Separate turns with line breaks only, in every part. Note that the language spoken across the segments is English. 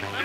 This is
Board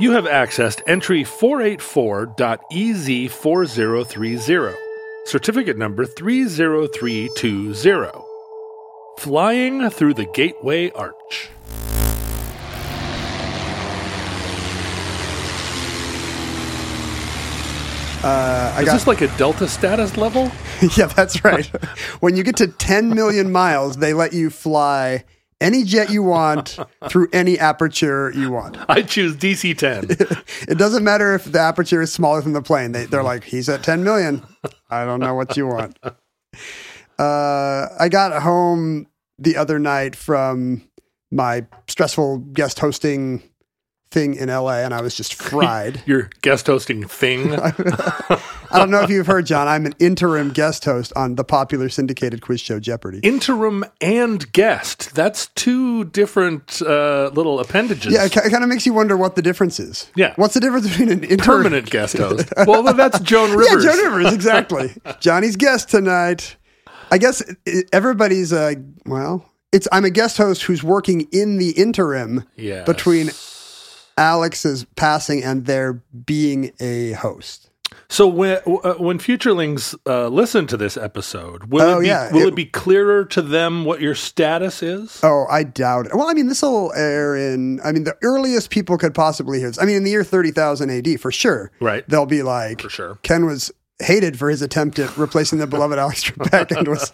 You have accessed entry E 484.EZ4030, certificate number 30320. Flying through the Gateway Arch.
I
Is
Uh, got,
this like a Delta status level?
yeah, that's right. when you get to 10 million miles, they let you fly any jet you want through any aperture you want.
I choose DC 10.
It doesn't matter if the aperture is smaller than the plane. They, they're like, he's at 10 million. I don't know what you want. Uh, I got home the other night from my stressful guest hosting thing in LA, and I was just fried.
Your guest hosting thing.
I don't know if you've heard, John. I'm an interim guest host on the popular syndicated quiz show Jeopardy.
Interim and guest. That's two different uh, little appendages.
Yeah, it, ki- it kind of makes you wonder what the difference is.
Yeah.
What's the difference between an interim
Permanent guest host. Well, that's Joan Rivers.
Yeah, Joan Rivers, exactly. Johnny's guest tonight. I guess i- everybody's uh well, it's I'm a guest host who's working in the interim
Yes.
between Alex's passing and there being a host.
So when uh, when futurelings uh, listen to this episode, will
Oh,
it be,
yeah.
will it,
It-
be clearer to them what your status is?
Oh, I doubt it. Well, I mean, this will air in. I mean, the earliest people could possibly hear this. I mean, in the year thirty thousand AD, for sure.
Right.
They'll be like,
For sure.
Ken was hated for his attempt at replacing the beloved Alex Trebek and was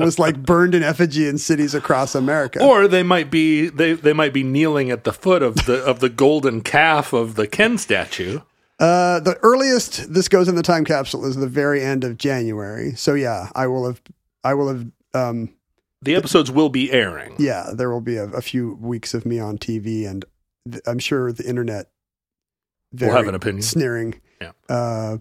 was like burned in effigy in cities across America.
Or they might be they, they might be kneeling at the foot of the of the golden calf of the Ken statue.
Uh, the earliest this goes in the time capsule is the very end of January. So yeah, I will have, I will have, um,
The episodes will be airing.
yeah, there will be a, a few weeks of me on TV, and th- I'm sure the internet
Will have an opinion.
sneering.
Yeah.
Uh,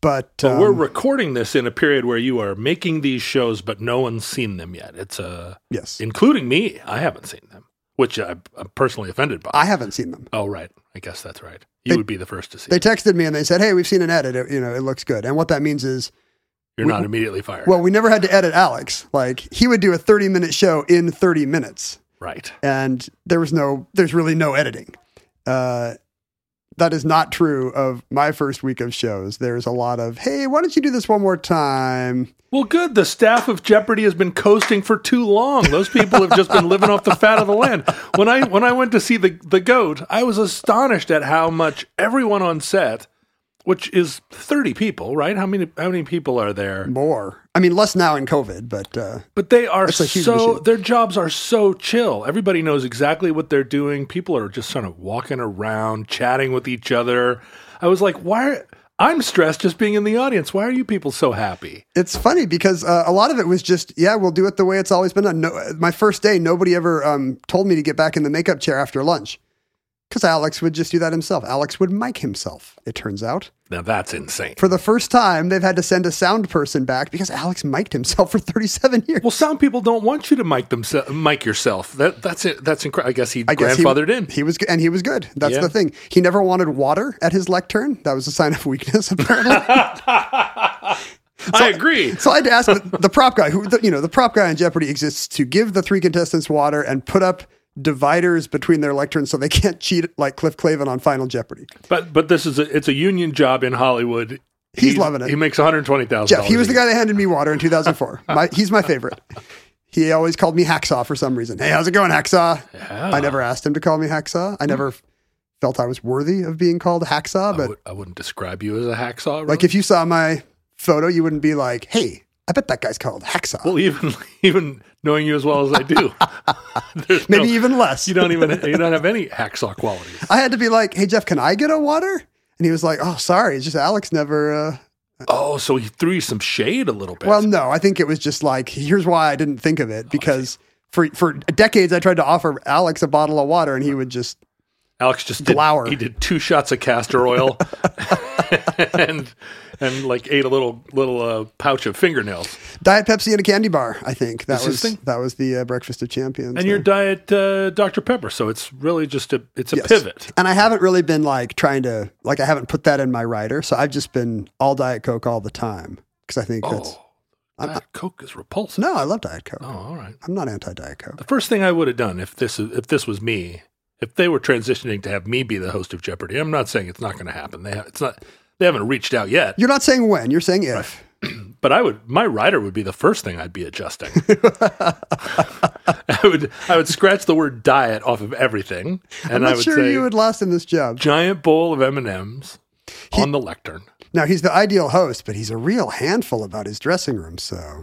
but
But we're
um,
recording this in a period where you are making these shows, but no one's seen them yet. It's uh,
yes,
including me. I haven't seen them, which I, I'm personally offended by.
I haven't seen them.
oh, right. I guess that's right. You
They-
would be the first to see.
They
it.
texted me and they said, "Hey, we've seen an edit. It, you know, it looks good." And what that means is,
You're
we-
not immediately fired.
well, we never had to edit Alex. Like he would do a 30 minute show in 30 minutes.
right.
and there was no there's really no editing uh, that is not true of my first week of shows there's a lot of hey why don't you do this one more time
Well, good. The staff of Jeopardy has been coasting for too long. Those people have just been living off the fat of the land. When I when I went to see the the goat, I was astonished at how much everyone on set, which is thirty people, right? How many how many people are there?
more i mean less now in covid but uh,
But they are
That's a huge
so
issue.
their jobs are so chill. Everybody knows exactly what they're doing. People are just sort of walking around, chatting with each other. I was like, why? Are, I'm stressed just being in the audience. Why are you people so happy?
it's funny because uh, a lot of it was just yeah we'll do it the way it's always been done no, my first day nobody ever um, told me to get back in the makeup chair after lunch because alex would just do that himself alex would mic himself it turns out
Now that's insane.
for the first time they've had to send a sound person back because alex mic'd himself for 37 years
Well, sound people don't want you to mic themselves, mic yourself. That that's it. That's incredible. I guess he
I guess he-
grandfathered in.
He was, g- and he was good. That's
Yeah.
the thing. He never wanted water at his lectern. That was a sign of weakness, apparently.
I agree.
so I had to ask the, the prop guy, who the, you know, the prop guy in Jeopardy exists to give the three contestants water and put up dividers between their lecterns so they can't cheat like Cliff Clavin on Final Jeopardy.
But but this is a, it's a union job in Hollywood.
He's loving it.
He makes one hundred twenty thousand.
Jeff, he was the guy that handed me water in 2004. my, he's my favorite. He always called me Hacksaw for some reason. Hey, how's it going, Hacksaw? I never asked him to call me Hacksaw. I never felt I was worthy of being called Hacksaw,
Hmm. I,
but
would, I wouldn't describe you as a hacksaw. Really.
like if you saw my photo, you wouldn't be like, hey, I bet that guy's called Hacksaw.
well, even even knowing you as well as I do, there's
Maybe
no-
even less.
you don't even you don't have any hacksaw qualities.
I had to be like, hey, Jeff, can I get a water? And he was like, oh, sorry. It's just Alex never. Uh,
Oh, so he threw you some shade a little bit.
Well, no, I think it was just like here's why I didn't think of it because for for decades I tried to offer Alex a bottle of water and he would just
Alex just did,
Glower.
he did two shots of castor oil and and like ate a little little uh, pouch of fingernails.
diet Pepsi and a candy bar. I think that
This
was
is thing?
that was the uh, breakfast of champions.
And your
there.
diet uh, Dr Pepper, so it's really just a it's a
Yes.
pivot.
And I haven't really been like trying to like I haven't put that in my writer, so I've just been all diet Coke all the time because I think that's
Oh, Diet Coke is repulsive.
no, I love diet Coke.
Oh, all right.
I'm not anti diet Coke.
The first thing I would have done if this if this was me, if they were transitioning to have me be the host of Jeopardy, I'm not saying it's not going to happen. They ha- it's not they haven't reached out yet,
You're not saying when, you're saying if.
but I would my rider would be the first thing I'd be adjusting. I would I would scratch the word diet off of everything, and
I'm
I
not
would
sure
say
you would last in this job.
giant bowl of M and M's on the lectern.
Now he's the ideal host, but he's a real handful about his dressing room. So,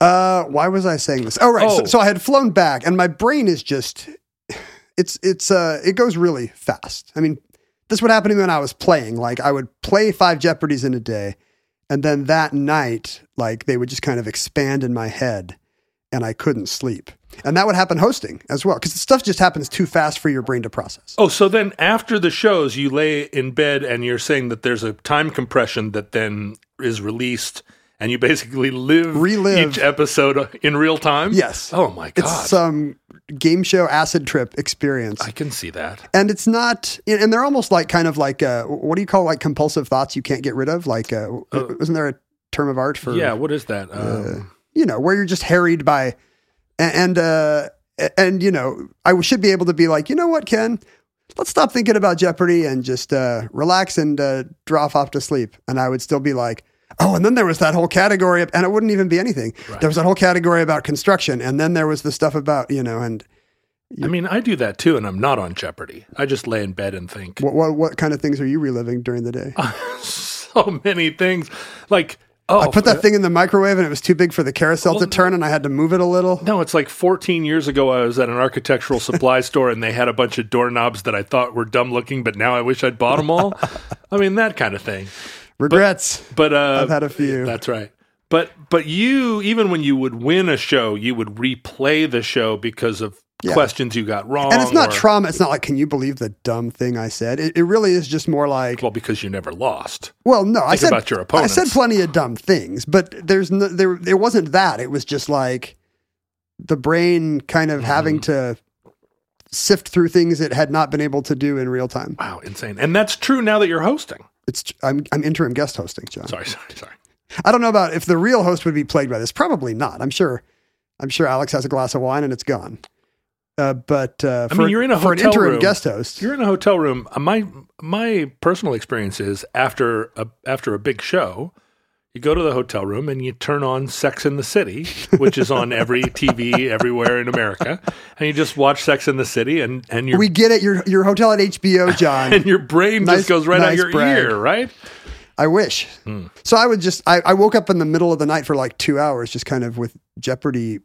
uh, why was I saying this? Oh, right. So,
Oh.
so I had flown back, and my brain is just it's it's uh it goes really fast. I mean, this would happen to me when I was playing. Like I would play five Jeopardies in a day, and then that night, like they would just kind of expand in my head, and I couldn't sleep. And that would happen hosting as well, because stuff just happens too fast for your brain to process.
Oh, so then after the shows, you lay in bed and you're saying that there's a time compression that then is released, and you basically live
Relive.
each episode in real time.
Yes.
Oh my god,
It's some game show acid trip experience.
I can see that.
and it's not and they're almost like kind of like uh, what do you call like compulsive thoughts you can't get rid of like uh, isn't there a term of art for
yeah. What is
Uh,
that? Um,
you know where you're just harried by and, and uh and you know i should be able to be like you know what ken let's stop thinking about jeopardy and just uh relax and uh drop off to sleep and i would still be like Oh, and then there was that whole category, of, and it wouldn't even be anything. There was that whole category about construction, and then there was the stuff about you know, and
I mean, I do that too, and I'm not on Jeopardy. I just lay in bed and think.
what what, what kind of things are you reliving during the
Oh,
day?
so many things, like oh,
I put that thing in the microwave and it was too big for the carousel to turn and I had to move it a little.
No, it's like 14 years ago. I was at an architectural supply store and they had a bunch of doorknobs that I thought were dumb looking, but now I wish I'd bought them all. I mean, that kind of thing.
Regrets.
But uh,
I've had a few.
That's right. But but you even when you would win a show, you would replay the show because of
Yeah.
questions you got wrong.
and it's not
or-
trauma. It's not like, can you believe the dumb thing I said? It, it really is just more like,
Well, because you never lost.
well, no, I
think
said,
about your
I said
opponents.
plenty of dumb things, but there's no, there, there wasn't that. It was just like the brain kind of having
Mm-hmm.
to sift through things it had not been able to do in real time.
Wow, insane. And that's true now that you're hosting.
It's, I'm, I'm interim guest hosting, John.
Sorry, sorry, sorry.
I don't know about if the real host would be plagued by this. Probably not. I'm sure. I'm sure Alex has a glass of wine and it's gone. Uh, but uh, for,
mean, you're in a
for an
hotel
interim
room.
guest host.
You're in a hotel room. Uh, My my personal experience is after a after a big show, you go to the hotel room and you turn on Sex in the City, which is on every TV everywhere in America, and you just watch Sex in the City, and and your
we get it. Your your hotel at HBO, John.
and your brain
Nice-
just goes right out
nice
your
brag.
ear, right?
I wish.
Hmm.
So I would just. I, I woke up in the middle of the night for like two hours, just kind of with Jeopardy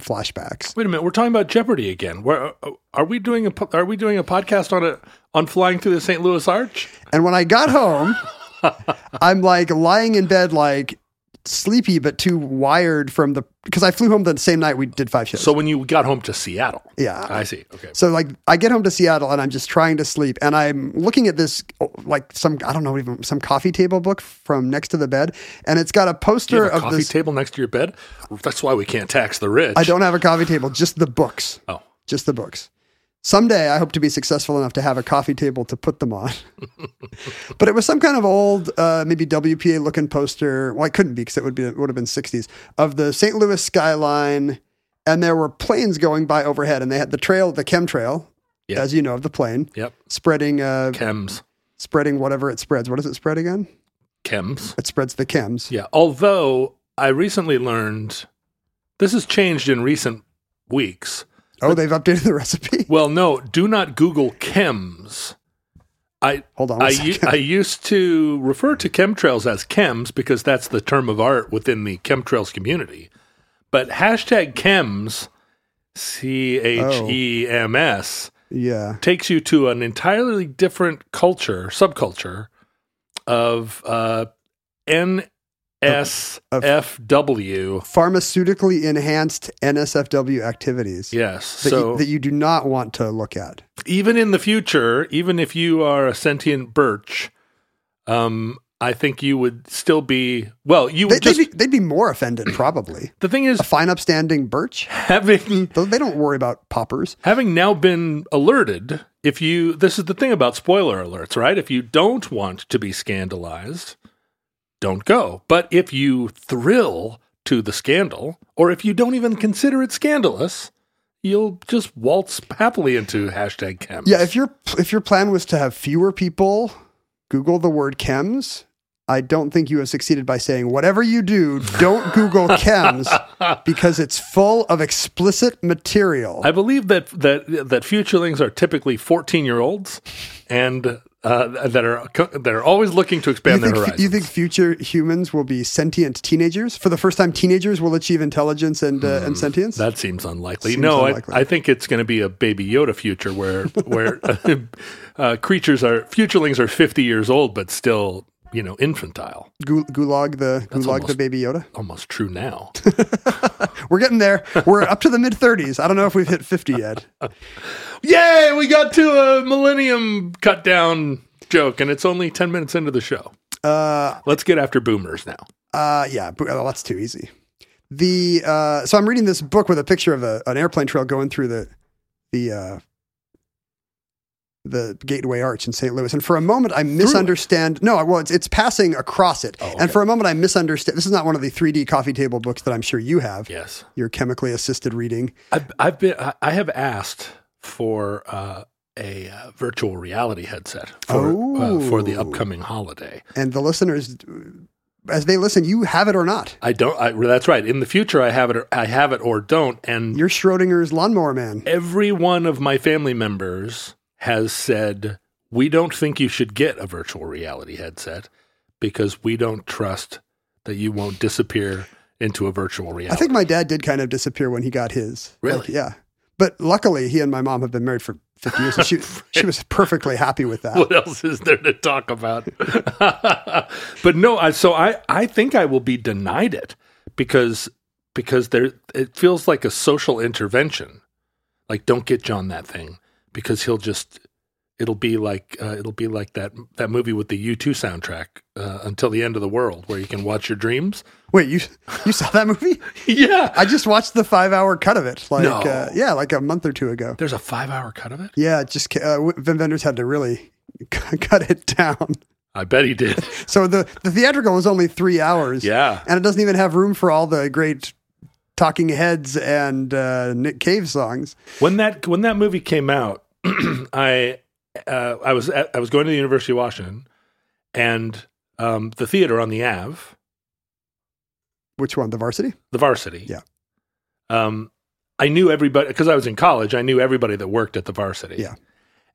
flashbacks.
Wait a minute, we're talking about Jeopardy again. Where uh, are we doing a po- are we doing a podcast on a on flying through the St. Louis Arch?
And when I got home, I'm like lying in bed, like sleepy but too wired from the because I flew home the same night we did five shows.
So when you got home to Seattle,
yeah,
I see. Okay,
So like I get home to Seattle and I'm just trying to sleep and I'm looking at this oh, like some I don't know even some coffee table book from next to the bed and it's got a
Do you
poster
have a
of
coffee
this
table next to your bed. That's why we can't tax the rich.
I don't have a coffee table just the books
Oh.
just the books. Someday I hope to be successful enough to have a coffee table to put them on. but it was some kind of old uh, maybe WPA looking poster. Well, it couldn't be because it would be it would have been 60s of the St. Louis skyline and there were planes going by overhead and they had the trail the chemtrail
Yeah.
as you know of the plane.
Yep.
spreading uh
Chems.
spreading whatever it spreads. What does it spread again?
chems.
It spreads the chems.
Yeah. Although I recently learned this has changed in recent weeks.
Oh, they've updated the recipe.
Well, no, do not Google chems. I
Hold on.
I,
one
u-
second.
I used to refer to chemtrails as chems because that's the term of art within the chemtrails community. But hashtag chems, C H E M S,
yeah.
takes you to an entirely different culture, subculture of uh, NSFW.
Pharmaceutically enhanced NSFW activities
Yes.
that,
so
you, that you do not want to look at.
even in the future, even if you are a sentient birch, um, I think you would still be well. You
They,
would just
they'd, be, they'd be more offended, probably.
the thing is
A fine, upstanding birch.
having
Though They don't worry about poppers.
having now been alerted. If you this is the thing about spoiler alerts, right? If you don't want to be scandalized, don't go. But if you thrill to the scandal, or if you don't even consider it scandalous, you'll just waltz happily into hashtag chems.
Yeah, if your if your plan was to have fewer people Google the word chems, I don't think you have succeeded by saying whatever you do, don't Google chems because it's full of explicit material.
I believe that that that futurelings are typically fourteen year olds, and uh, that are that are always looking to
you
expand their
think,
horizons.
you think future humans will be sentient teenagers? For the first time, teenagers will achieve intelligence and uh, and sentience.
Hmm. that seems unlikely.
Seems
no,
unlikely.
I, I think it's going to be a Baby Yoda future where where uh, creatures are futurelings are fifty years old but still you know infantile,
Gu- gulag the gulag the
almost-
baby Yoda.
almost true now.
We're getting there. We're up to the mid thirties. I don't know if we've hit fifty yet.
Yay! We got to a millennium cut down joke, and it's only ten minutes into the show.
Uh,
Let's get after boomers now.
Uh, yeah, bo- oh, that's too easy. The uh, so I'm reading this book with a picture of a, an airplane trail going through the the uh, the Gateway Arch in St. Louis, and for a moment I misunderstand. No, well, it's it's passing across it, and for a moment I misunderstand. This is not one of the 3D coffee table books that I'm sure you have.
Yes.
Your chemically assisted reading.
I've, I've been I- I have asked for uh, a uh, virtual reality headset for uh, for the
Oh.
upcoming holiday.
And the listeners, as they listen, you have it or not.
I don't. I, that's right. In the future, I have it. Or, I have it or don't. And
You're Schrodinger's lawnmower man.
every one of my family members has said we don't think you should get a virtual reality headset because we don't trust that you won't disappear into a virtual reality.
I think my dad did kind of disappear when he got his.
Really?
Like, yeah. But luckily, he and my mom have been married for 50 years, and she, she was perfectly happy with that.
what else is there to talk about? but no, I, so I, I think I will be denied it because because there it feels like a social intervention. Like don't get John that thing because he'll just it'll be like uh, it'll be like that that movie with the U2 soundtrack uh, until the end of the world where you can watch your dreams.
Wait, you you saw that movie?
yeah.
I just watched the five hour cut of it. Like,
No.
uh, yeah, like a month or two ago.
There's a 5-hour cut of it?
Yeah, it just ca- uh, Wim Wenders had to really cut it down.
I bet he did.
So the, the theatrical was only three hours.
Yeah.
And it doesn't even have room for all the great Talking Heads and uh, Nick Cave songs.
when that when that movie came out, I uh, I was at, I was going to the University of Washington, and um, the theater on the Ave,
Which one? The Varsity?
the Varsity.
Yeah.
Um, I knew everybody because I was in college. I knew everybody that worked at the Varsity.
Yeah.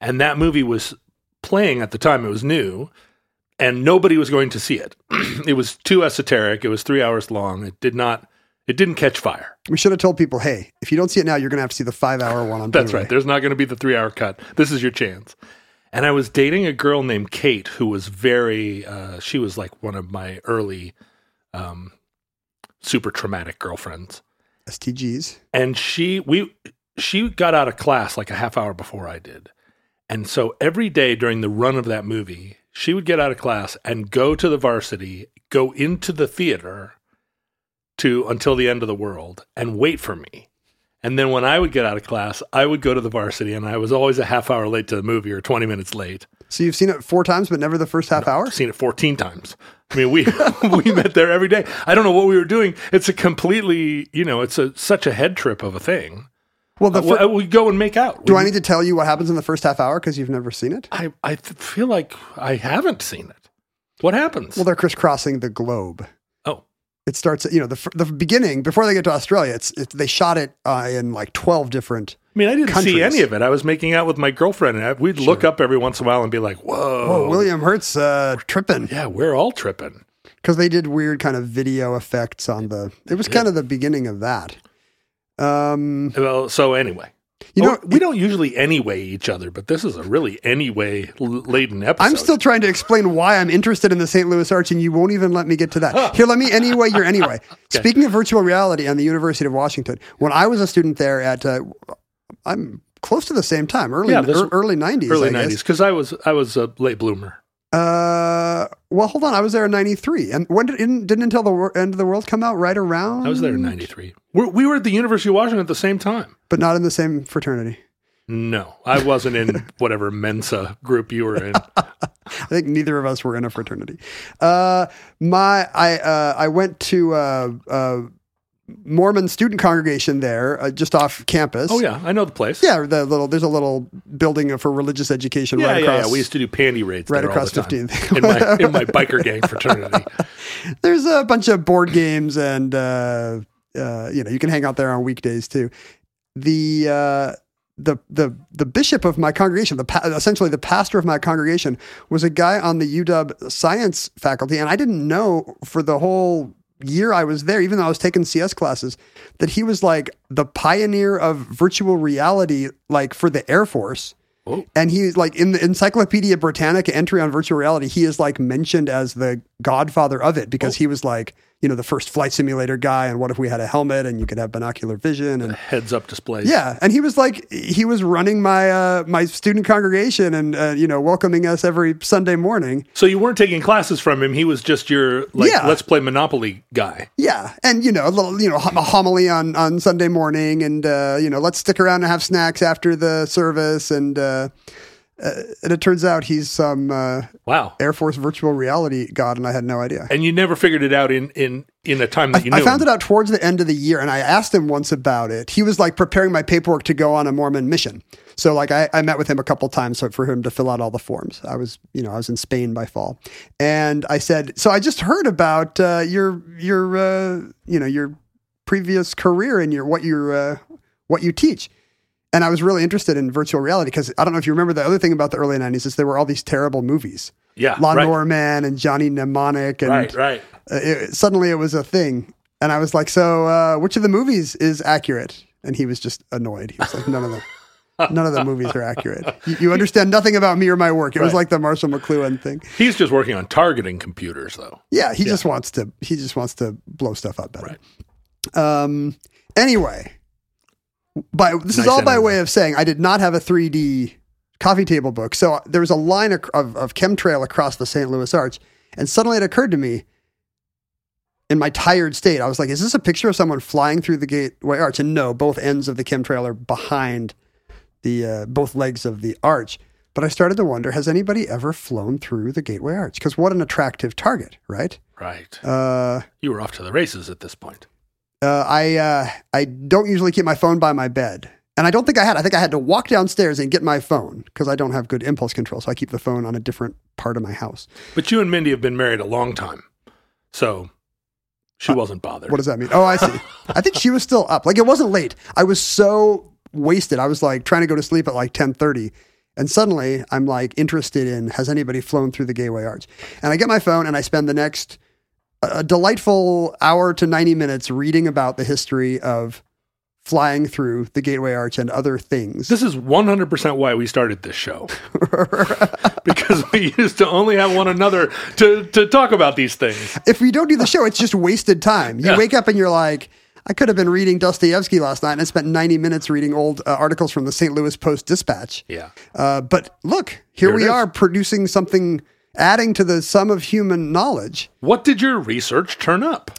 And that movie was playing at the time. It was new, and nobody was going to see it. it was too esoteric. It was three hours long. It did not. It didn't catch fire.
We should have told people, hey, if you don't see it now, you're going to have to see the five hour one on
That's
Blu-ray.
right. There's not going to be the three hour cut. This is your chance. And I was dating a girl named Kate who was very, uh, she was like one of my early um, super traumatic girlfriends.
STGs.
And she, we, she got out of class like a half hour before I did. And so every day during the run of that movie, she would get out of class and go to the varsity, go into the theater to until the end of the world and wait for me. And then when I would get out of class, I would go to the varsity and I was always a half hour late to the movie or 20 minutes late.
So you've seen it four times, but never the first half hour.
I've seen it 14 times. I mean, we we met there every day. I don't know what we were doing. It's a completely, you know, it's a such a head trip of a thing.
Well, the
Uh,
fir-
we go and make out.
do I need to tell you what happens in the first half hour because you've never seen it?
I, I th- feel like I haven't seen it. What happens?
Well, they're crisscrossing the globe.
oh,
It starts, you know, the fir- the beginning before they get to Australia. It's, it's they shot it uh, in like twelve different.
I mean, I didn't
countries.
see any of it. I was making out with my girlfriend, and I, we'd look up every once in a while and be like, "Whoa,
Oh, William Hurt's uh, tripping
yeah, we're all tripping."
because they did weird kind of video effects on the. It was kind of the beginning of that. Um,
Well, so anyway,
you know,
Oh, we don't usually anyway each other, but this is a really anyway l- laden episode.
I'm still trying to explain why I'm interested in the St. Louis Arts, and you won't even let me get to that. Here, let me anyway. You're anyway. Speaking of virtual reality and the University of Washington, when I was a student there at, uh, I'm close to the same time, early
Yeah, this-
ear- early '90s,
early
I guess.
'90s because I was I was a late bloomer.
Uh, well, hold on, I was there in '93, and when did, didn't, didn't until the Wor- end of the world come out? Right around.
I was there in '93. We're, we were at the University of Washington at the same time.
but not in the same fraternity.
No, I wasn't in whatever Mensa group you were in.
I think neither of us were in a fraternity. Uh, my, I, uh, I went to uh, uh, Mormon student congregation there, uh, just off campus.
Oh yeah, I know the place.
yeah. The little, there's a little building for religious education
Yeah,
right
yeah,
across.
yeah. We used to do panty raids
right
there all
across
the time
15th.
in my in my biker gang fraternity.
there's a bunch of board games and uh, uh, you know you can hang out there on weekdays too. The uh, the the the bishop of my congregation, the pa- essentially the pastor of my congregation, was a guy on the UW science faculty, and I didn't know for the whole year I was there, even though I was taking CS classes, that he was like the pioneer of virtual reality, like for the Air Force. And he's like in the Encyclopedia Britannica entry on virtual reality, he is like mentioned as the godfather of it because he was like, you know, the first flight simulator guy. And what if we had a helmet and you could have binocular vision? And
Heads up displays.
yeah, and he was like, he was running my uh, my student congregation and uh, you know welcoming us every Sunday morning.
So you weren't taking classes from him. He was just your like
Yeah.
let's play Monopoly guy.
Yeah, and you know, a little, you know, hom- a homily on on Sunday morning, and uh, you know, let's stick around and have snacks after the service, and uh, uh, and it turns out he's some uh,
Wow.
Air Force virtual reality god, and I had no idea.
And you never figured it out in in in a time that you knew.
I found it out towards the end of the year, and I asked him once about it. He was like preparing my paperwork to go on a Mormon mission, so like I, I met with him a couple times so- for him to fill out all the forms. I was, you know, I was in Spain by fall, and I said, "So I just heard about uh, your your uh, you know your previous career and your what your uh, what you teach." And I was really interested in virtual reality because I don't know if you remember the other thing about the early '90s is there were all these terrible movies,
Yeah.
Lawn
Ah, right.
Mower Man and Johnny Mnemonic, and
Right. Right.
uh, it, suddenly it was a thing. And I was like, so uh, which of the movies is accurate? And he was just annoyed. He was like, none of them. None of the movies are accurate. You, you understand nothing about me or my work. It was
Right.
like the Marshall McLuhan thing.
He's just working on targeting computers though.
Yeah, he just wants to. He just wants to blow stuff up better. Um. Anyway, by this is
Nice
all by
ending.
way of saying I did not have a 3D coffee table book. So there was a line ac- of, of chemtrail across the St. Louis Arch, and suddenly it occurred to me. In my tired state, I was like, "Is this a picture of someone flying through the Gateway Arch?" And no, both ends of the chemtrail are behind the uh, both legs of the arch. But I started to wonder: Has anybody ever flown through the Gateway Arch? Because what an attractive target, right?
Right.
Uh,
you were off to the races at this point.
uh, I uh, I don't usually keep my phone by my bed, and I don't think I had. I think I had to walk downstairs and get my phone because I don't have good impulse control, so I keep the phone on a different part of my house.
But you and Mindy have been married a long time, so she wasn't bothered.
Uh, What does that mean? Oh, I see. I think she was still up. Like it wasn't late. I was so wasted. I was like trying to go to sleep at like ten thirty, and suddenly I'm like interested in has anybody flown through the Gateway Arch? And I get my phone and I spend the next a a delightful hour to ninety minutes reading about the history of flying through the Gateway Arch and other things.
This is 100% why we started this show. because we used to only have one another to, to talk about these things.
if we don't do the show, it's just wasted time. You
Yeah.
wake up and you're like, I could have been reading Dostoevsky last night and I spent 90 minutes reading old uh, articles from the St. Louis Post Dispatch.
Yeah.
Uh, but look,
Here
here,
it
we
is.
are producing something, adding to the sum of human knowledge.
What did your research turn up?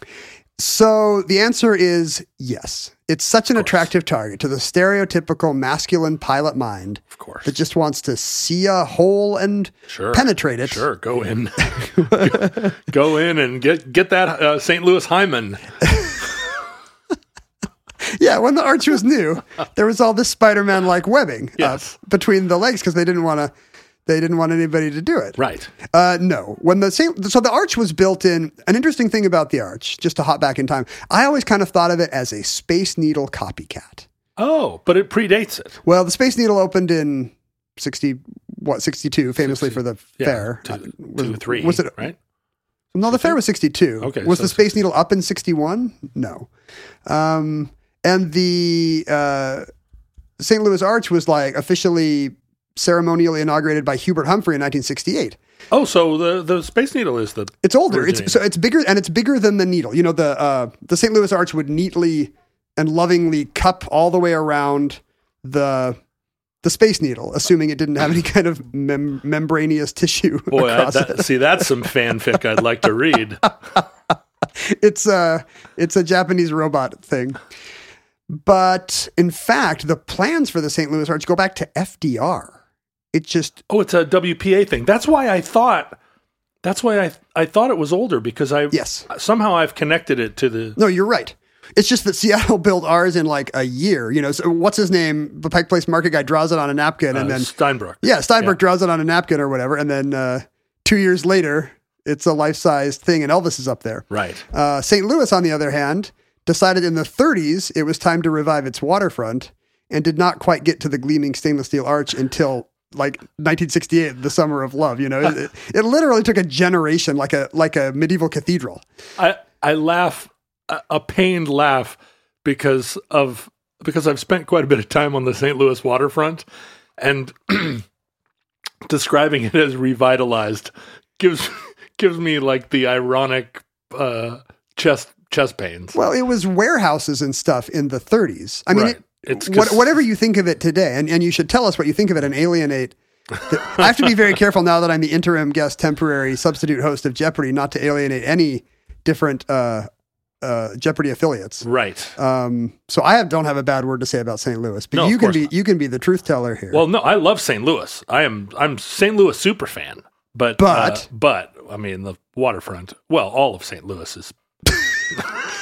So the answer is yes. It's such an attractive target to the stereotypical masculine pilot mind
Of course.
that just wants to see a hole and
Sure.
penetrate it.
Sure, go in. go in and get get that uh, St. Louis hymen.
Yeah, when the arch was new, there was all this Spider-Man like webbing uh,
Yes.
between the legs because they didn't want to They didn't want anybody to do it.
Right.
Uh, no. When the same, so the arch was built in. An interesting thing about the arch, just to hop back in time, I always kind of thought of it as a Space Needle copycat.
Oh, but it predates it.
Well, the Space Needle opened in sixty what sixty two, famously for the
Yeah,
fair.
two,
Uh,
two, three.
Was it
right?
No, the fair was 62.
Okay,
Was
so
the
it's-
Space Needle up in 61? No. Um, and the uh, St. Louis Arch was like officially ceremonially inaugurated by Hubert Humphrey in 1968.
Oh, so the the Space Needle is the
It's older. It's so
Originated.
it's bigger and it's bigger than the needle. You know the uh, the St. Louis Arch would neatly and lovingly cup all the way around the the Space Needle, assuming it didn't have any kind of mem- membraneous tissue
boy. I,
across it.
that, see, that's some fanfic I'd like to read.
it's a it's a Japanese robot thing. But in fact, the plans for the St. Louis Arch go back to FDR. It just
Oh, it's a WPA thing. That's why I thought. That's why I I thought it was older because I
Yes.
somehow I've connected it to the uh,
no, you're right. It's just that Seattle built ours in like a year. You know, so what's his name? The Pike Place market guy draws it on a napkin,
uh,
and then
Steinbrook.
yeah, Steinberg draws it on a napkin or whatever, and then uh, two years later, it's a life size thing, and Elvis is up there.
Right.
Uh, St. Louis, on the other hand, decided in the 30s it was time to revive its waterfront and did not quite get to the gleaming stainless steel arch until like 1968, the summer of love. You know, it, it, it literally took a generation, like a like a medieval cathedral.
I I laugh a, a pained laugh because of because I've spent quite a bit of time on the St. Louis waterfront and describing it as revitalized gives gives me like the ironic uh chest chest pains.
Well, it was warehouses and stuff in the 30s. I mean,
Right.
it-
It's
what,
'cause-
whatever you think of it today, and, and you should tell us what you think of it and alienate. the- I have to be very careful now that I'm the interim guest, temporary substitute host of Jeopardy, not to alienate any different uh, uh, Jeopardy affiliates.
Right.
Um, so I have, don't have a bad word to say about St. Louis, but
No, of
you can
course
be
not.
you can be the truth teller here.
Well, no, I love St. Louis. I am I'm St. Louis super fan. But
But-
uh, but I mean the waterfront. Well, all of St. Louis is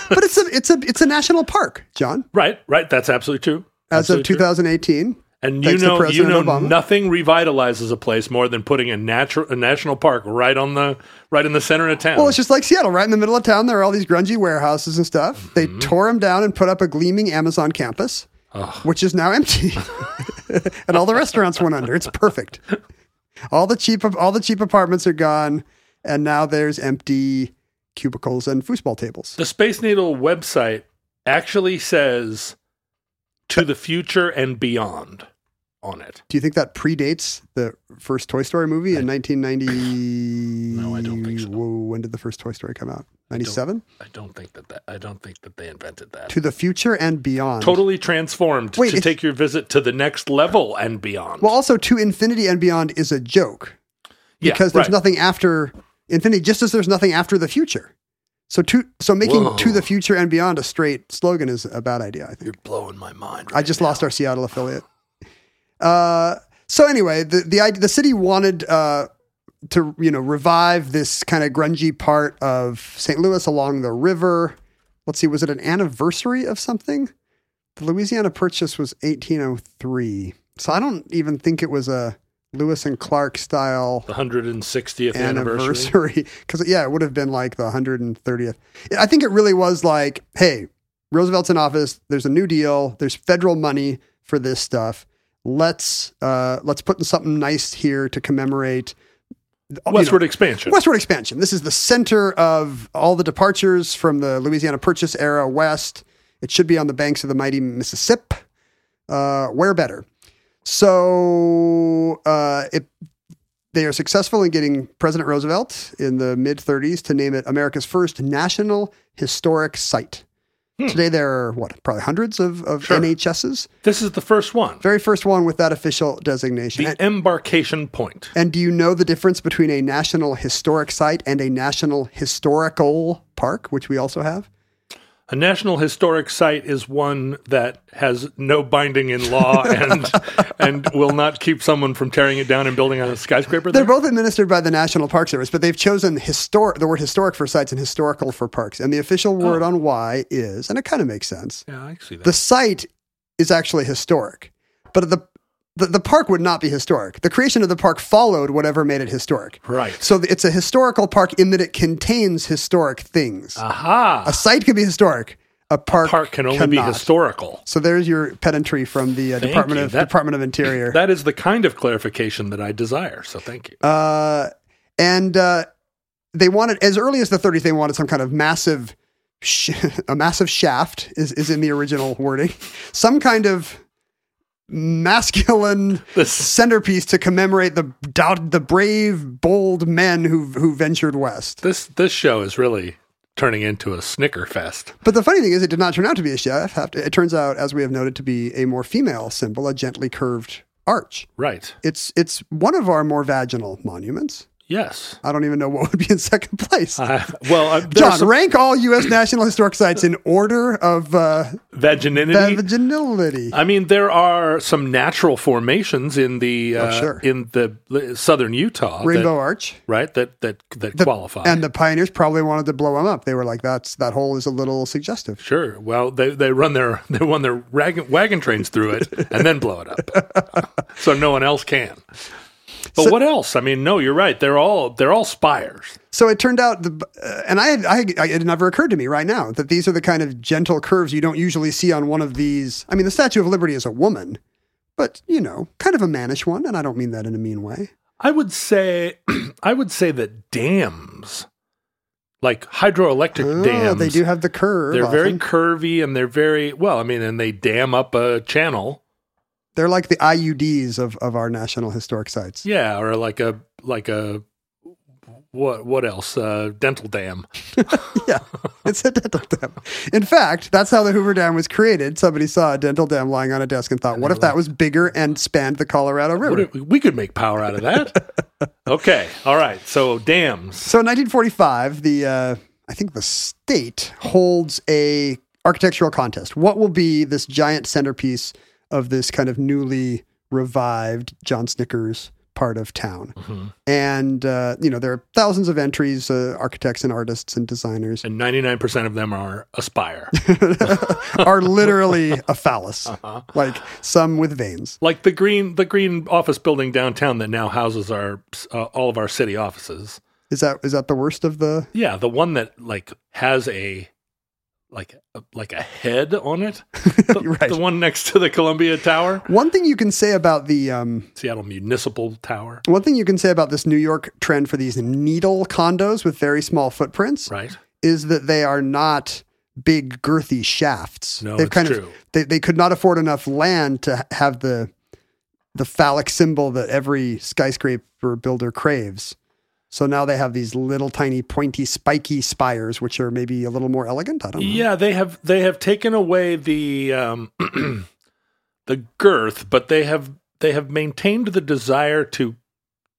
but it's a it's a it's a national park, John.
right. Right. That's absolutely true.
As
Absolutely
of
true.
2018,
And you
Thanks to
know, you
President
know,
Obama.
nothing revitalizes a place more than putting a natural, a national park right on the, right in the center of town.
Well, it's just like Seattle, right in the middle of town. There are all these grungy warehouses and stuff.
Mm-hmm.
They tore them down and put up a gleaming Amazon campus, which is now empty, and all the restaurants went under. It's perfect. All the cheap, all the cheap apartments are gone, and now there's empty cubicles and foosball tables.
the Space Needle website actually says "to the future and beyond" on it.
Do you think that predates the first Toy Story movie in 1990?
No, I don't think so.
Whoa, when did the first Toy Story come out? 97?
I don't think that, that I don't think that they invented that.
To the future and beyond.
Totally transformed
Wait,
to
it's-
take your visit to the next level and beyond.
Well, also to infinity and beyond is a joke.
Yeah,
because there's
right.
nothing after infinity, just as there's nothing after the future. So to so making
Whoa.
to the future and beyond a straight slogan is a bad idea. I think
You're blowing my mind.
I
right
just
now.
lost our Seattle affiliate. Uh, so anyway, the the id- the city wanted uh, to you know revive this kind of grungy part of St. Louis along the river. Let's see, was it an anniversary of something? The Louisiana Purchase was 1803, so I don't even think it was a Lewis and Clark style
the 160th anniversary.
anniversary because yeah it would have been like the 130th i think it really was like hey roosevelt's in office there's a new deal there's federal money for this stuff let's uh let's put something nice here to commemorate Oh, you know,
Westward expansion.
Westward expansion. This is the center of all the departures from the Louisiana Purchase era west. It should be on the banks of the mighty Mississippi. Uh, where better? So uh, it, they are successful in getting President Roosevelt in the mid 30s to name it America's first national historic site. Today there are what probably hundreds of, of
Hmm. Sure.
NHSs.
This is the first one.
Very first one with that official designation.
The embarkation point.
And do you know the difference between a national historic site and a national historical park, which we also have?
A national historic site is one that has no binding in law and and will not keep someone from tearing it down and building a skyscraper
They're
there.
both administered by the National Park Service, but they've chosen historic the word historic for sites and historical for parks. And the official word on why is, and it kind of makes sense.
yeah, I see that.
The site is actually historic, but the the, the park would not be historic. The creation of the park followed whatever made it historic.
Right.
So th- it's a historical park in that it contains historic things.
Aha.
a site can be historic. A park,
Park can only be
cannot.
historical.
So there's your pedantry from the uh,
Thank
Department
you.
of
That-
Department of Interior.
That is the kind of clarification that I desire. So thank you.
uh, and uh, they wanted as early as the 30s they wanted some kind of massive sh- a massive shaft is, is in the original wording some kind of masculine
This-
centerpiece to commemorate the doubt the brave bold men who who ventured west
This this show is really turning into a snicker fest.
but the funny thing is it did not turn out to be a shaft it turns out as we have noted to be a more female symbol a gently curved arch
Right.
it's it's one of our more vaginal monuments
Yes.
i don't even know what would be in second place
Uh, well, uh, there's
John,
some
rank all U.S. National Historic Sites in order of uh,
vaginity.
vaginality.
I mean, there are some natural formations in the uh,
Oh, sure.
in the uh, southern Utah,
Rainbow
that,
Arch.
right? That that that
The-
qualify.
And the pioneers probably wanted to blow them up. They were like, "That's that hole is a little suggestive."
sure. Well, they they run their they run their rag, wagon trains through it and then blow it up, so no one else can. But
So-
what else? I mean, no, you're right. They're all they're all spires.
So it turned out, the, uh, and I, had- I, had- I, it never occurred to me right now that these are the kind of gentle curves you don't usually see on one of these. I mean, the Statue of Liberty is a woman, but you know, kind of a mannish one, and I don't mean that in a mean way.
I would say I would say that dams, like hydroelectric
Oh,
dams,
they do have the curve.
they're very
often.
curvy and they're very well. I mean, and they dam up a channel,
They're like the IUDs of of our National Historic Sites.
yeah, or like a like a what what else? Uh, dental dam.
yeah, it's a dental dam. In fact, that's how the Hoover Dam was created. Somebody saw a dental dam lying on a desk and thought, what if that was bigger and spanned the Colorado
What
River?
if- we could make power out of that. okay, all right. So dams.
So in 1945, the uh, I think the state holds a architectural contest. What will be this giant centerpiece of this kind of newly revived John Snickers part of town? And uh, you know there are thousands of entries, uh, architects and artists and designers.
And ninety nine percent of them are aspire,
are literally a phallus, like some with veins.
like the green the green office building downtown that now houses our uh, all of our city offices.
Is that is that the worst of the?
Yeah, the one that like has a like a, like a head on it. The,
Right.
the one next to the Columbia Tower,
One thing you can say about the um,
Seattle Municipal Tower,
one thing you can say about this New York trend for these needle condos with very small footprints
right?
is that they are not big girthy shafts.
No, it's
kind
true.
of they they could not afford enough land to ha- have the the phallic symbol that every skyscraper builder craves. So now they have these little tiny pointy spiky spires, which are maybe a little more elegant. I don't know.
Yeah, they have they have taken away the um the girth, but they have they have maintained the desire to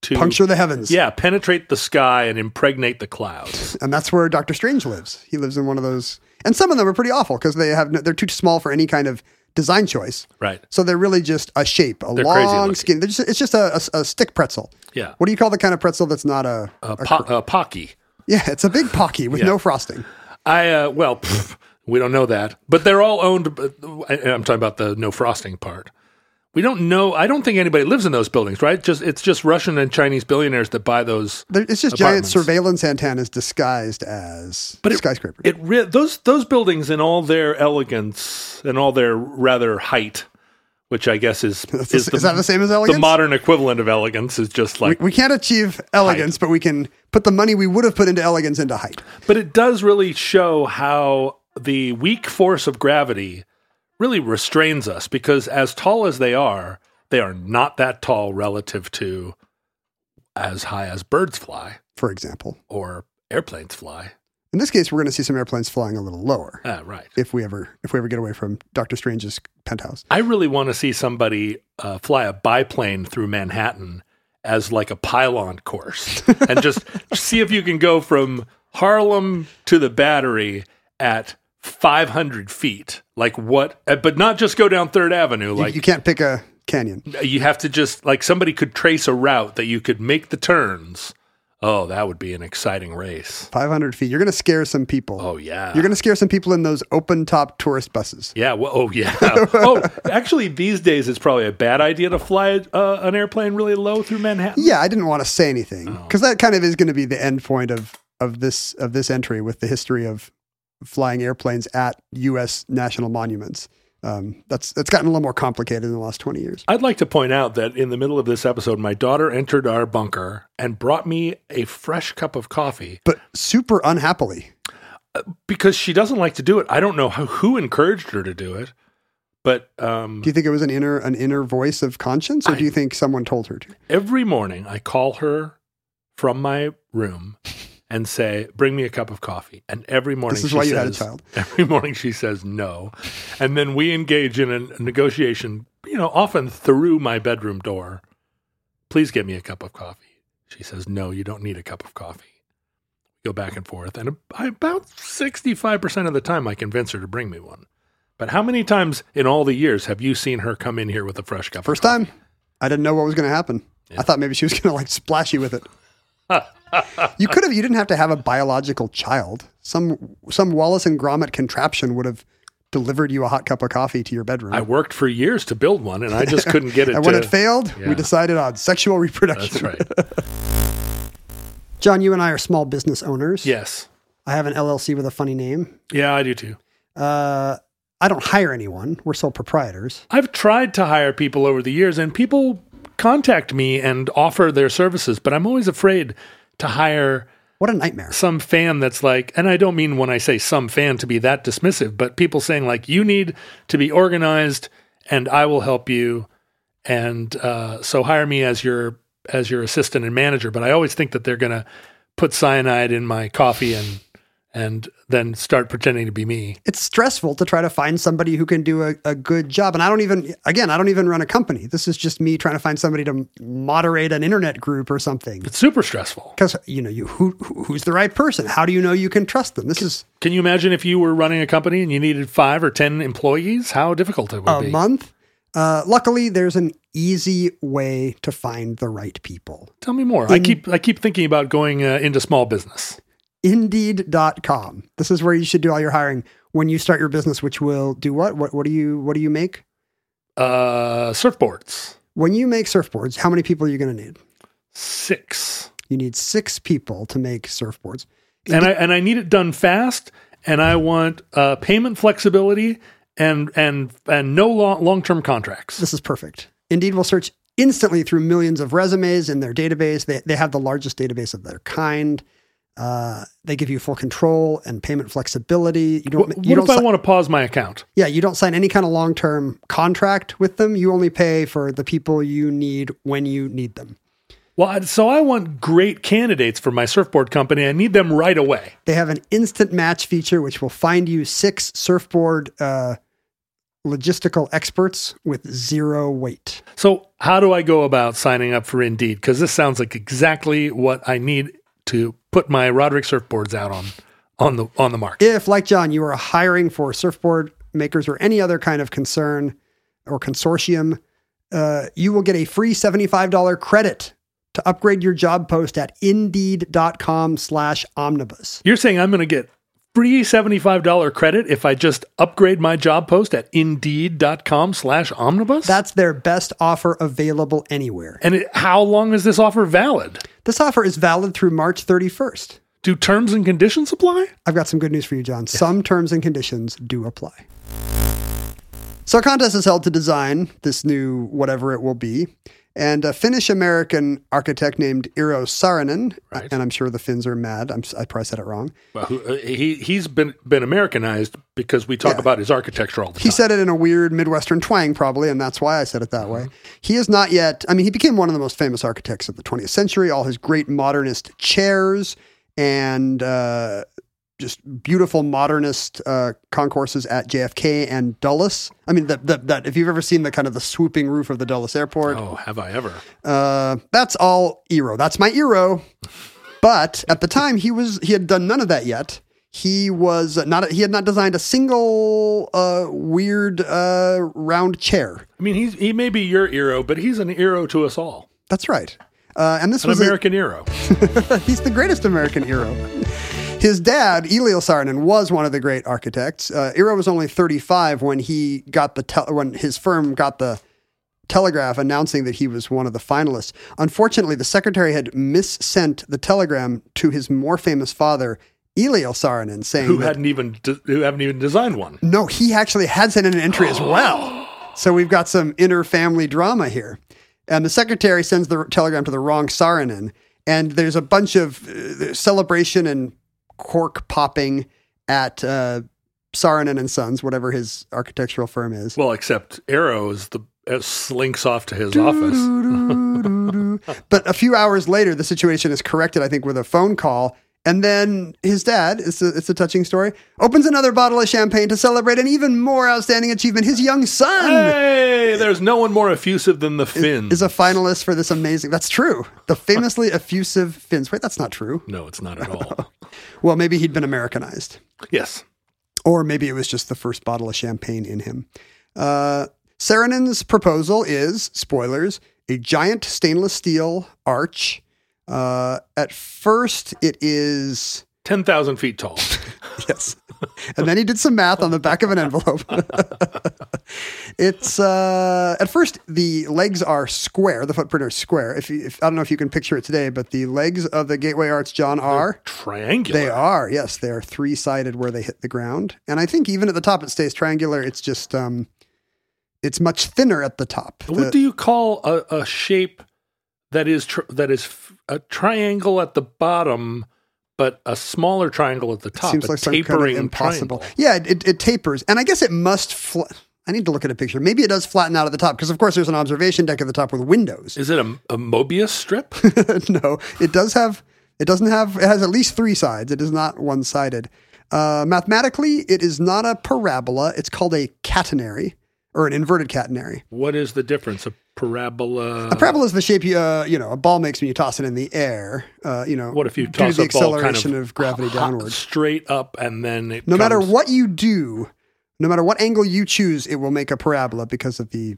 to
puncture the heavens.
yeah, penetrate the sky and impregnate the clouds.
and that's where Doctor Strange lives. He lives in one of those, and some of them are pretty awful because they have no, they're too small for any kind of design choice.
Right.
So they're really just a shape, a
They're crazy
long
looking.
skin. They're just, it's just a, a- a stick pretzel.
Yeah.
What do you call the kind of pretzel that's not a?
Uh, po- uh, Pocky.
yeah, it's a big pocky with no frosting.
I uh, well, pff, we don't know that, but they're all owned. But I, I'm talking about the no frosting part. We don't know. I don't think anybody lives in those buildings, right? Just it's just Russian and Chinese billionaires that buy those.
They're, it's just giant
Apartments.
surveillance antennas disguised as
But it-
skyscrapers.
It re- those those buildings in all their elegance and all their rather height, which I guess is
the
is,
s- is that the same as elegance?
The modern equivalent of elegance is just like,
we can't achieve elegance, but we can put the money we would have put into elegance into height.
but it does really show how the weak force of gravity really restrains us because as tall as they are, they are not that tall relative to as high as birds fly
For example,
or airplanes fly.
in this case, we're going to see some airplanes flying a little lower.
Ah, right.
if we ever if we ever get away from Doctor Strange's penthouse.
I really want to see somebody uh, fly a biplane through Manhattan as like a pylon course and just see if you can go from Harlem to the Battery at 500 feet. Like what, uh, but not just go down Third Avenue.
You-
Like uh,
you can't pick a canyon.
you have to just, like somebody could trace a route that you could make the turns Oh, that would be an exciting race.
500 feet. You're going to scare some people.
Oh yeah.
You're going to scare some people in those open top tourist buses.
Yeah. Well, oh, yeah. oh, actually, these days it's probably a bad idea to fly uh, an airplane really low through Manhattan.
Yeah, I didn't want to say anything because that kind of is going to be the end point of, of this of this entry with the history of flying airplanes at U.S. national monuments. Um, that's that's gotten a little more complicated in the last 20 years.
I'd like to point out that in the middle of this episode, my daughter entered our bunker and brought me a fresh cup of coffee
But super unhappily,
because she doesn't like to do it. I don't know how, who encouraged her to do it, but um,
do you think it was an inner an inner voice of conscience, or do you think someone told her to?
every morning I call her from my room and say, "Bring me a cup of coffee." And every morning,
This is
she
why you had a
says-
child.
Every morning she says no, and then we engage in a negotiation. You know, often through my bedroom door. Please get me a cup of coffee. She says, "No, you don't need a cup of coffee." Go back and forth, and a- about sixty-five percent of the time, I convince her to bring me one. But how many times in all the years have you seen her come in here with a fresh cup? of
First
coffee?
time, I didn't know what was going to happen. I thought maybe she was going to like splash you with it. you could have. You didn't have to have a biological child. Some some Wallace and Gromit contraption would have delivered you a hot cup of coffee to your bedroom.
I worked for years to build one, and I just couldn't get it.
and when
to-
it failed,
Yeah.
we decided on sexual
That's
reproduction.
right.
John, you and I are small business owners.
Yes.
I have an LLC with a funny name.
Yeah, I do too.
Uh, I don't hire anyone. We're sole proprietors.
I've tried to hire people over the years, and people contact me and offer their services, but I'm always afraid to hire
What a nightmare.
some fan that's like, and I don't mean when I say some fan to be that dismissive, but people saying, like, you need to be organized and I will help you. And uh, so hire me as your as your assistant and manager. But I always think that they're gonna put cyanide in my coffee and and then start pretending to be me.
It's stressful to try to find somebody who can do a, a good job. And I don't even, again, I don't even run a company. This is just me trying to find somebody to moderate an internet group or something.
It's super stressful.
Because, you know, you who, who- who's the right person? How do you know you can trust them? This is
Can you imagine if you were running a company and you needed five or ten employees? How difficult it would
a
be.
month. Uh, luckily, there's an easy way to find the right people.
Tell me more. I keep I keep thinking about going uh, into small business.
Indeed.com. This is where you should do all your hiring when you start your business, which will do what? What, what do you what do you make?
Uh, surfboards,
When you make surfboards, how many people are you going to need?
six,
You need six people to make surfboards.
and I and I need it done fast, and I want uh, payment flexibility and and and no long long term contracts.
This is perfect. Indeed will search instantly through millions of resumes in their database. They, they have the largest database of their kind. Uh, they give you full control and payment flexibility. You don't.
What, what
you don't
if I
si-
want to pause my account?
yeah, you don't sign any kind of long term contract with them. You only pay for the people you need when you need them.
Well, I'd- so I want great candidates for my surfboard company. I need them right away.
They have an instant match feature, which will find you six surfboard uh, logistical experts with zero weight.
So, how do I go about signing up for Indeed? Because this sounds like exactly what I need to put my Roderick surfboards out on on the on the market.
If, like John, you are hiring for surfboard makers or any other kind of concern or consortium, uh, you will get a free $75 credit to upgrade your job post at indeed.com slash omnibus.
You're saying I'm going to get free $75 credit if I just upgrade my job post at indeed.com slash omnibus?
That's their best offer available anywhere.
and it, how long is this offer valid?
This offer is valid through March 31st.
Do terms and conditions apply?
I've got some good news for you, John. Some terms and conditions do apply. So, a contest is held to design this new whatever it will be. And a Finnish American architect named Eero Saarinen,
Right.
and I'm sure the Finns are mad. I'm, si probably said it wrong.
Well, who- uh, he he's been been Americanized because we talk
Yeah.
about his architecture all the
He
time.
said it in a weird Midwestern twang, probably, and that's why I said it that way. He is not yet, I mean, he became one of the most famous architects of the 20th century. All his great modernist chairs and uh, just beautiful modernist uh, concourses at JFK and Dulles. I mean, that that that if you've ever seen the kind of the swooping roof of the Dulles Airport,
oh, have I ever?
uh, that's all Eero. That's my Eero. But at the time, he was he had done none of that yet. He was not he had not designed a single uh, weird uh, round chair.
I mean, he's, he may be your hero, but he's an hero to us all.
That's right. Uh, and this
An
was a-
American hero.
He's the greatest American hero. His dad, Elio Saarinen, was one of the great architects. Uh, Eero was only 35 when he got the tel- when his firm got the telegraph announcing that he was one of the finalists. Unfortunately, the secretary had missent the telegram to his more famous father, Elio Saarinen, saying
who
that-
hadn't even de- who haven't even designed one.
no, he actually had sent in an entry as well. So we've got some inner family drama here. And the secretary sends the telegram to the wrong Saarinen, and there's a bunch of uh, celebration and cork popping at uh, Saarinen and Sons, whatever his architectural firm is.
Well, except Arrow is the uh, slinks off to his office.
but a few hours later, the situation is corrected, I think, with a phone call. And then his dad, it's a, it's a touching story, opens another bottle of champagne to celebrate an even more outstanding achievement. His young son
Hey, there's no one more effusive than the Finn.
is a finalist for this amazing. That's true. The famously effusive Finns. Wait, that's not true.
no, it's not at all.
Well, maybe he'd been Americanized,
yes,
or maybe it was just the first bottle of champagne in him. Uh, Saarinen's proposal is spoilers: a giant stainless steel arch. Uh, at first, it is
ten thousand feet tall.
Yes. And then he did some math on the back of an envelope. it's uh, at first the legs are square. The footprint are square. If, you, if I don't know if you can picture it today, but the legs of the Gateway Arch John are
Triangular.
they are yes they are three sided where they hit the ground. And I think even at the top it stays triangular. It's just um, it's much thinner at the top.
what
The-
do you call a, a shape that is tr- that is f- a triangle at the bottom, but a smaller triangle at the top?
seems
a
like some kind of
tapering
impossible.
triangle.
Yeah, it, it, it tapers, and I guess it must. Fl- I need to look at a picture. Maybe it does flatten out at the top because, of course, there's an observation deck at the top with windows.
Is it a, a Mobius strip?
no, it does have. It doesn't have. It has at least three sides. It is not one sided. Uh, mathematically, it is not a parabola. It's called a catenary or an inverted catenary.
what is the difference? A parabola.
A parabola is the shape you uh, you know a ball makes when you toss it in the air. Uh, you know
What if you
due to
toss
the
a ball kind of
acceleration of, gravity
hot-
downward?
straight up, and then it
No matter
comes-
what you do, no matter what angle you choose, it will make a parabola because of the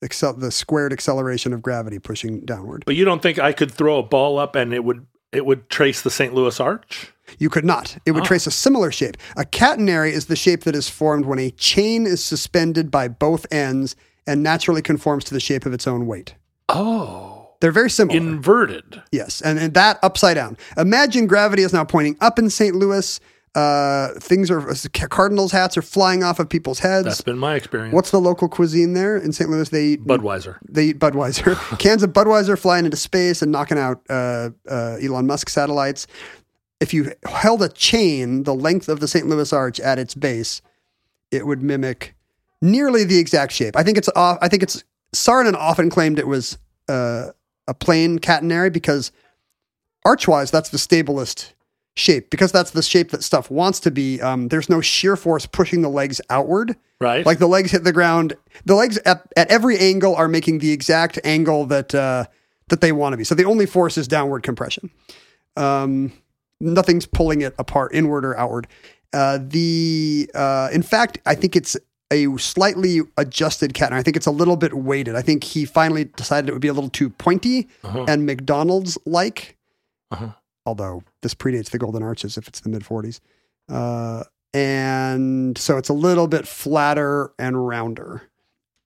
excel- the squared acceleration of gravity pushing downward.
But you don't think I could throw a ball up and it would it would trace the St. Louis Arch?
You could not. It would trace a similar shape. A catenary is the shape that is formed when a chain is suspended by both ends and naturally conforms to the shape of its own weight.
Oh,
They're very similar.
inverted.
yes, and, and that upside down. Imagine gravity is now pointing up in St. Louis. Uh, things are cardinals hats are flying off of people's heads.
That's been my experience.
What's the local cuisine there in St. Louis? They eat
Budweiser?
they eat Budweiser. Cans of Budweiser flying into space and knocking out uh, uh, Elon Musk satellites. If you held a chain the length of the St. Louis Arch at its base, it would mimic nearly the exact shape. I think it's off. Uh, I think it's Saarinen often claimed it was uh, a plain catenary because archwise that's the stablest shape because that's the shape that stuff wants to be. Um, there's no shear force pushing the legs outward.
Right.
Like the legs hit the ground. The legs at, at every angle are making the exact angle that uh, that they want to be. So the only force is downward compression. Um, nothing's pulling it apart, inward or outward. Uh, the uh, in fact, I think it's a slightly adjusted cat, and I think it's a little bit weighted. I think he finally decided it would be a little too pointy and McDonald's like. Although this predates the Golden Arches, if it's the mid '40s, uh, and so it's a little bit flatter and rounder.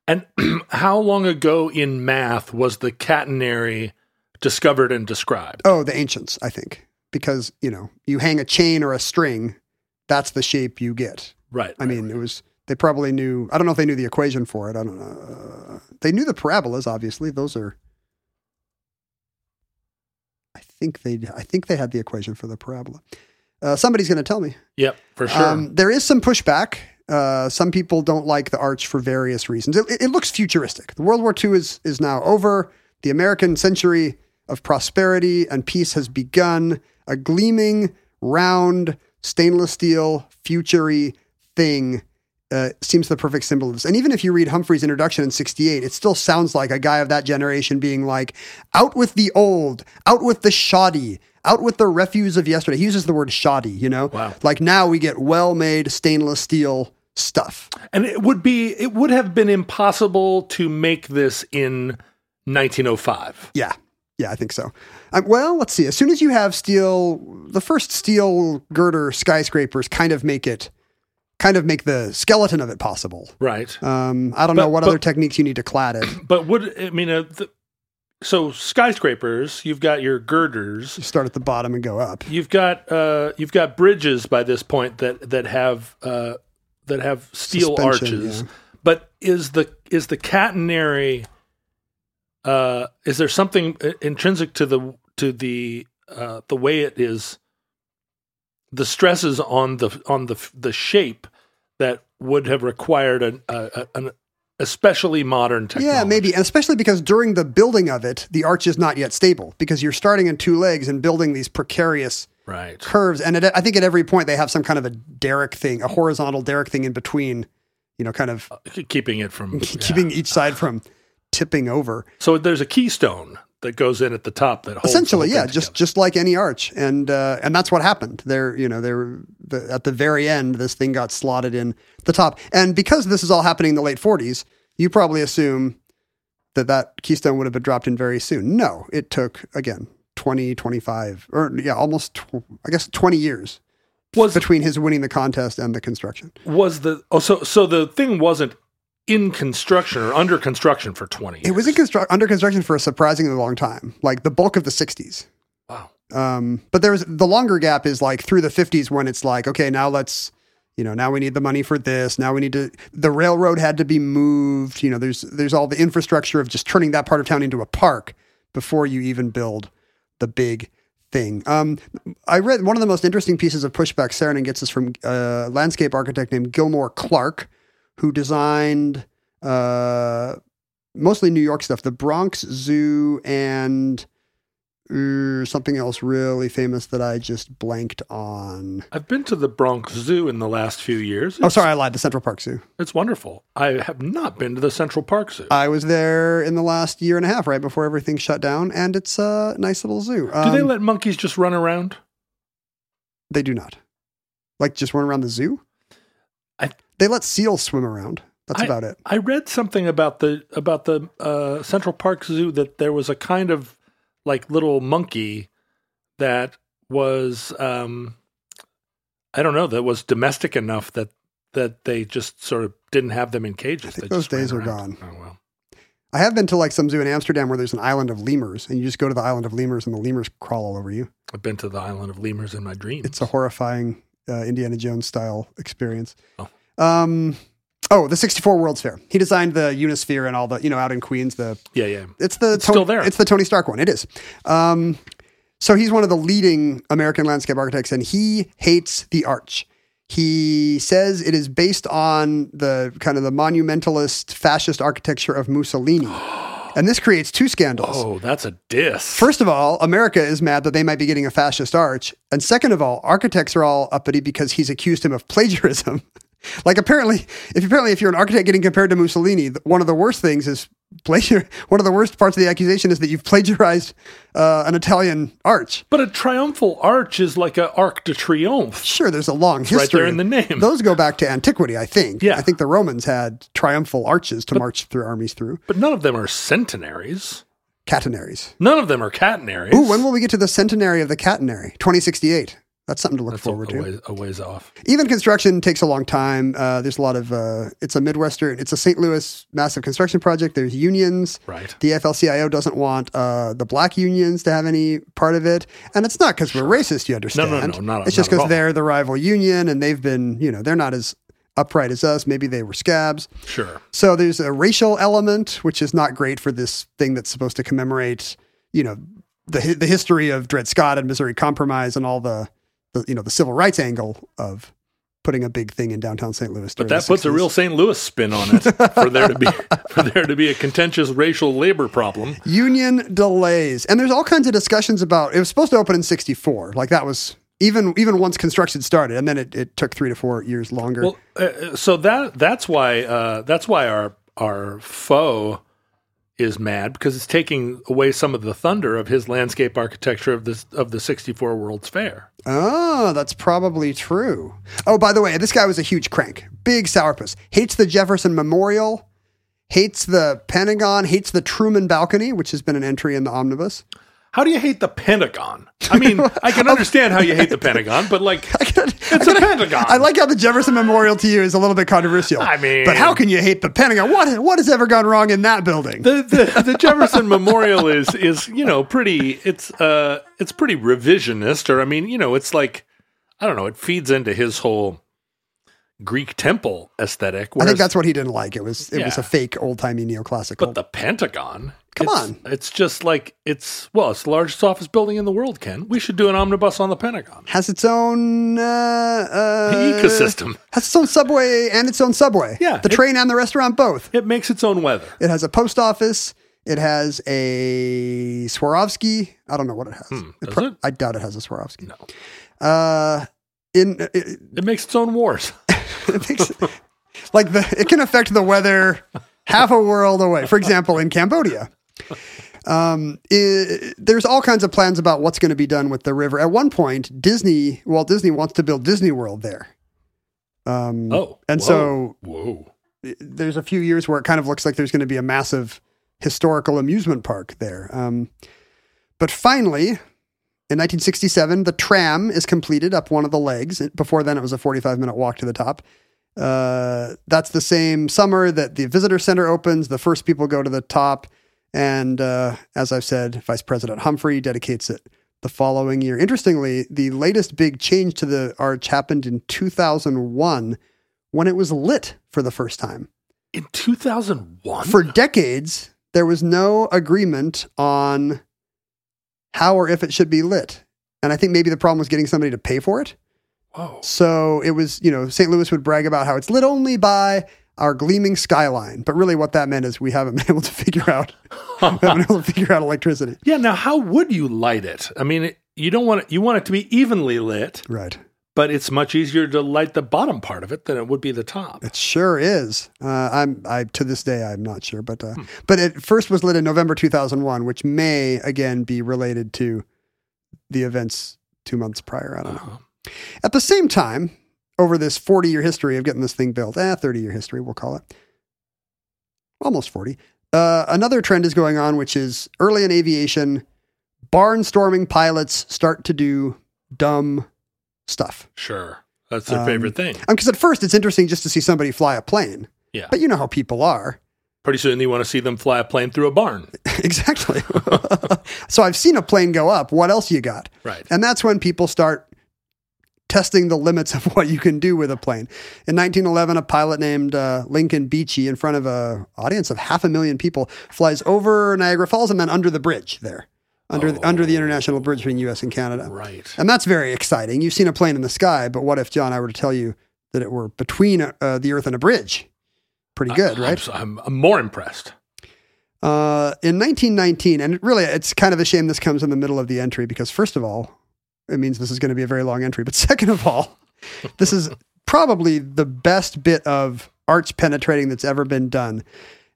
and how long ago in math was the catenary discovered and described?
Oh, the ancients, I think, because you know you hang a chain or a string, that's the shape you get.
right.
I mean, it was they probably knew. I don't know if they knew the equation for it. I don't know. They knew the parabolas, obviously. Those are. I think they. I think they had the equation for the parabola. Uh, somebody's going to tell me.
Yep, for sure.
Um, there is some pushback. Uh, some people don't like the arch for various reasons. It, it- it looks futuristic. The World War II is is now over. The American century of prosperity and peace has begun. A gleaming, round, stainless steel, futury thing uh, seems the perfect symbol of this. And even if you read Humphrey's introduction in 68, it still sounds like a guy of that generation being like, out with the old, out with the shoddy, out with the refuse of yesterday. He uses the word shoddy, you know?
Wow.
Like now we get well made stainless steel stuff.
and it would be it oh would have been impossible to make this in 1905.
Yeah. Yeah, I think so. Um, well, let's see. As soon as you have steel, the first steel girder skyscrapers kind of make it, kind of make the skeleton of it possible.
Right.
Um, I don't know
But-
what
but-
other techniques you need to clad it.
But would I mean? Uh, th- so skyscrapers, you've got your girders,
You start at the bottom and go up.
you've got uh, you've got bridges by this point that that have uh, that have steel
Suspension,
arches.
yeah.
But is the is the catenary? Uh, is there something i- intrinsic to the to the uh, the way it is? The stresses on the on the the shape that would have required an, a, a- an especially modern technology.
Yeah, maybe, and especially because during the building of it, the arch is not yet stable because you're starting in two legs and building these precarious
right.
curves. And at, I think at every point they have some kind of a derrick thing, a horizontal derrick thing in between, you know, kind of
keeping it from yeah.
keeping each side from tipping over.
So there's a keystone that goes in at the top that holds the whole
Essentially, yeah,
thing
just just like any arch, and uh, and that's what happened. There, you know, there the, at the very end, this thing got slotted in the top, and because this is all happening in the late '40s, you probably assume that that keystone would have been dropped in very soon. No, it took again 20, 25, or yeah, almost tw- I guess 20 years
Was-
between his winning the contest and the construction.
was the oh so so the thing wasn't in construction or under construction for 20
It
years.
was in constru- under construction for a surprisingly long time, like the bulk of the '60s.
wow
Um, but there's the longer gap is like through the 50s when it's like, okay, now let's, you know, now we need the money for this. Now we need to. The railroad had to be moved. You know, there's there's all the infrastructure of just turning that part of town into a park before you even build the big thing. Um, I read one of the most interesting pieces of pushback Saarinen gets is from a landscape architect named Gilmore Clark, who designed uh, mostly New York stuff, the Bronx Zoo and uh, something else really famous that I just blanked on.
i've been to the bronx zoo in the last few years
Oh,
It's-
sorry, I lied. The Central Park Zoo.
it's wonderful i have not been to the central park zoo
I was there in the last year and a half, right before everything shut down, and it's a nice little zoo.
do they
Um,
let monkeys just run around
They do not. Like just run around the zoo.
I-
they let seals swim around. That's
I-
about it.
i read something about the about the uh, central park zoo that there was a kind of like little monkey that was um i don't know that was domestic enough that that they just sort of didn't have them in cages.
think
They just
those days
ran
are
around. Oh well.
I have been to like some zoo in Amsterdam where there's an island of lemurs, and you just go to the island of lemurs, and the lemurs crawl all over you.
I've been to the island of lemurs in my dreams.
It's a horrifying uh, Indiana Jones style experience.
Oh.
Um, oh, the '64 World's Fair. He designed the uh, Unisphere and all the you know out in Queens. The
yeah, yeah.
it's the
It's still there.
It's the Tony Stark one. It is. Um, so he's one of the leading American landscape architects, and he hates the arch. He says it is based on the kind of the monumentalist fascist architecture of Mussolini, and this creates two scandals.
Oh, that's a diss.
First of all, America is mad that they might be getting a fascist arch. And second of all, architects are all uppity because he's accused him of plagiarism. like apparently, if apparently if you're an architect getting compared to Mussolini, th- one of the worst things is plagiar. One of the worst parts of the accusation is that you've plagiarized uh, an Italian arch.
but a triumphal arch is like an arc de triomphe.
Sure, there's a long
right
history
there in the name.
Those go back to antiquity, I think.
Yeah.
I think the Romans had triumphal arches to march through armies through
But none of them are centenaries.
catenaries.
None of them are catenaries.
Ooh, when will we get to the centenary of the catenary? 2068. That's something to look
that's a, a,
forward to.
ways, a ways off.
even construction takes a long time. Uh, there's a lot of uh, it's a Midwestern, it's a St. Louis massive construction project. There's unions.
Right.
The FLCIO doesn't want uh, the black unions to have any part of it, and it's not because we're racist. You understand?
no, not-
It's just
not at
because
all.
they're the rival union, and they've been you know they're not as upright as us. Maybe they were scabs.
Sure.
So there's a racial element, which is not great for this thing that's supposed to commemorate, you know, the hi- the history of Dred Scott and Missouri Compromise and all the, the you know, the civil rights angle of putting a big thing in downtown St. Louis.
But that puts a real St. Louis spin on it for there to be for there to be a contentious racial labor problem.
union delays, and there's all kinds of discussions about. It was supposed to open in '64, like that was even even once construction started, and then it, it took three to four years longer.
Well, uh, uh, so that that's why uh, that's why our our foe is mad because it's taking away some of the thunder of his landscape architecture of this of the 64 World's Fair.
Oh, that's probably true. Oh, by the way, this guy was a huge crank, big sourpuss. Hates the Jefferson Memorial, hates the Pentagon, hates the Truman balcony, which has been an entry in the omnibus.
How do you hate the Pentagon? I mean, I can understand how you hate the Pentagon, but like, it's a Pentagon.
I like how the Jefferson Memorial to you is a little bit controversial.
I mean-
but how can you hate the Pentagon? What what has ever gone wrong in that building?
the, the the Jefferson Memorial is is you know pretty it's uh it's pretty revisionist or I mean you know it's like I don't know it feeds into his whole Greek temple aesthetic.
I
whereas-
think that's what he didn't like. It was it was
Yeah.
a fake old timey neoclassical.
but the Pentagon.
Come
it's-
on.
it's just like it's well it's the largest office building in the world. Ken, we should do an omnibus on the Pentagon
has its own uh, uh,
ecosystem.
Has its own subway and its own subway.
Yeah,
the
it-
train and the restaurant both.
It makes its own weather.
It has a post office. It has a Swarovski. I don't know what it has.
does it?
I doubt it has a Swarovski. No. Uh, in it, it,
It makes its own wars.
it makes, like the it can affect the weather half a world away. For example, in Cambodia. Um, i there's all kinds of plans about what's going to be done with the river. At one point, Disney, Walt Disney wants to build Disney World there. Um,
Oh,
and
whoa,
so
whoa.
there's a few years where it kind of looks like there's going to be a massive historical amusement park there. Um, but finally, in 1967, the tram is completed up one of the legs. Before then, it was a 45 minute walk to the top. Uh, that's the same summer that the visitor center opens. The first people go to the top. And uh, as I've said, Vice President Humphrey dedicates it the following year. Interestingly, the latest big change to the arch happened in 2001 when it was lit for the first time.
In two thousand one,
For decades, there was no agreement on how or if it should be lit. And I think maybe the problem was getting somebody to pay for it.
whoa,
So it was, you know, St. Louis would brag about how it's lit only by our gleaming skyline. But really what that meant is we haven't been able to figure out we haven't been able to figure out electricity.
yeah. Now, how would you light it? I mean, it- you don't want it. You want it to be evenly lit.
Right.
but it's much easier to light the bottom part of it than it would be the top.
It sure is. Uh, I'm I to this day I'm not sure, but uh, but it first was lit in November 2001, which may again be related to the events two months prior. I don't know. At the same time, over this 40 year history of getting this thing built, eh, 30 year history we'll call it, almost 40. Uh, another trend is going on, which is early in aviation, barnstorming pilots start to do dumb stuff.
Sure. That's
Um,
their favorite thing.
Because at first it's interesting just to see somebody fly a plane.
Yeah.
But you know how people are.
Pretty soon you want to see them fly a plane through a barn.
exactly. so I've seen a plane go up. What else you got?
Right.
And that's when people start testing the limits of what you can do with a plane. In 1911, a pilot named uh, Lincoln Beachy, in front of an audience of half a million people, flies over Niagara Falls and then under the bridge there, under the, under the international bridge between U.S. and Canada.
Right.
And that's very exciting. You've seen a plane in the sky, but what if John, I were to tell you that it were between uh, the Earth and a bridge? Pretty good, right?
I'm, so- I'm, I'm more impressed.
Uh, in 1919, and really, it's kind of a shame this comes in the middle of the entry because, first of all, it means this is going to be a very long entry. But second of all, this is probably the best bit of arch penetrating that's ever been done.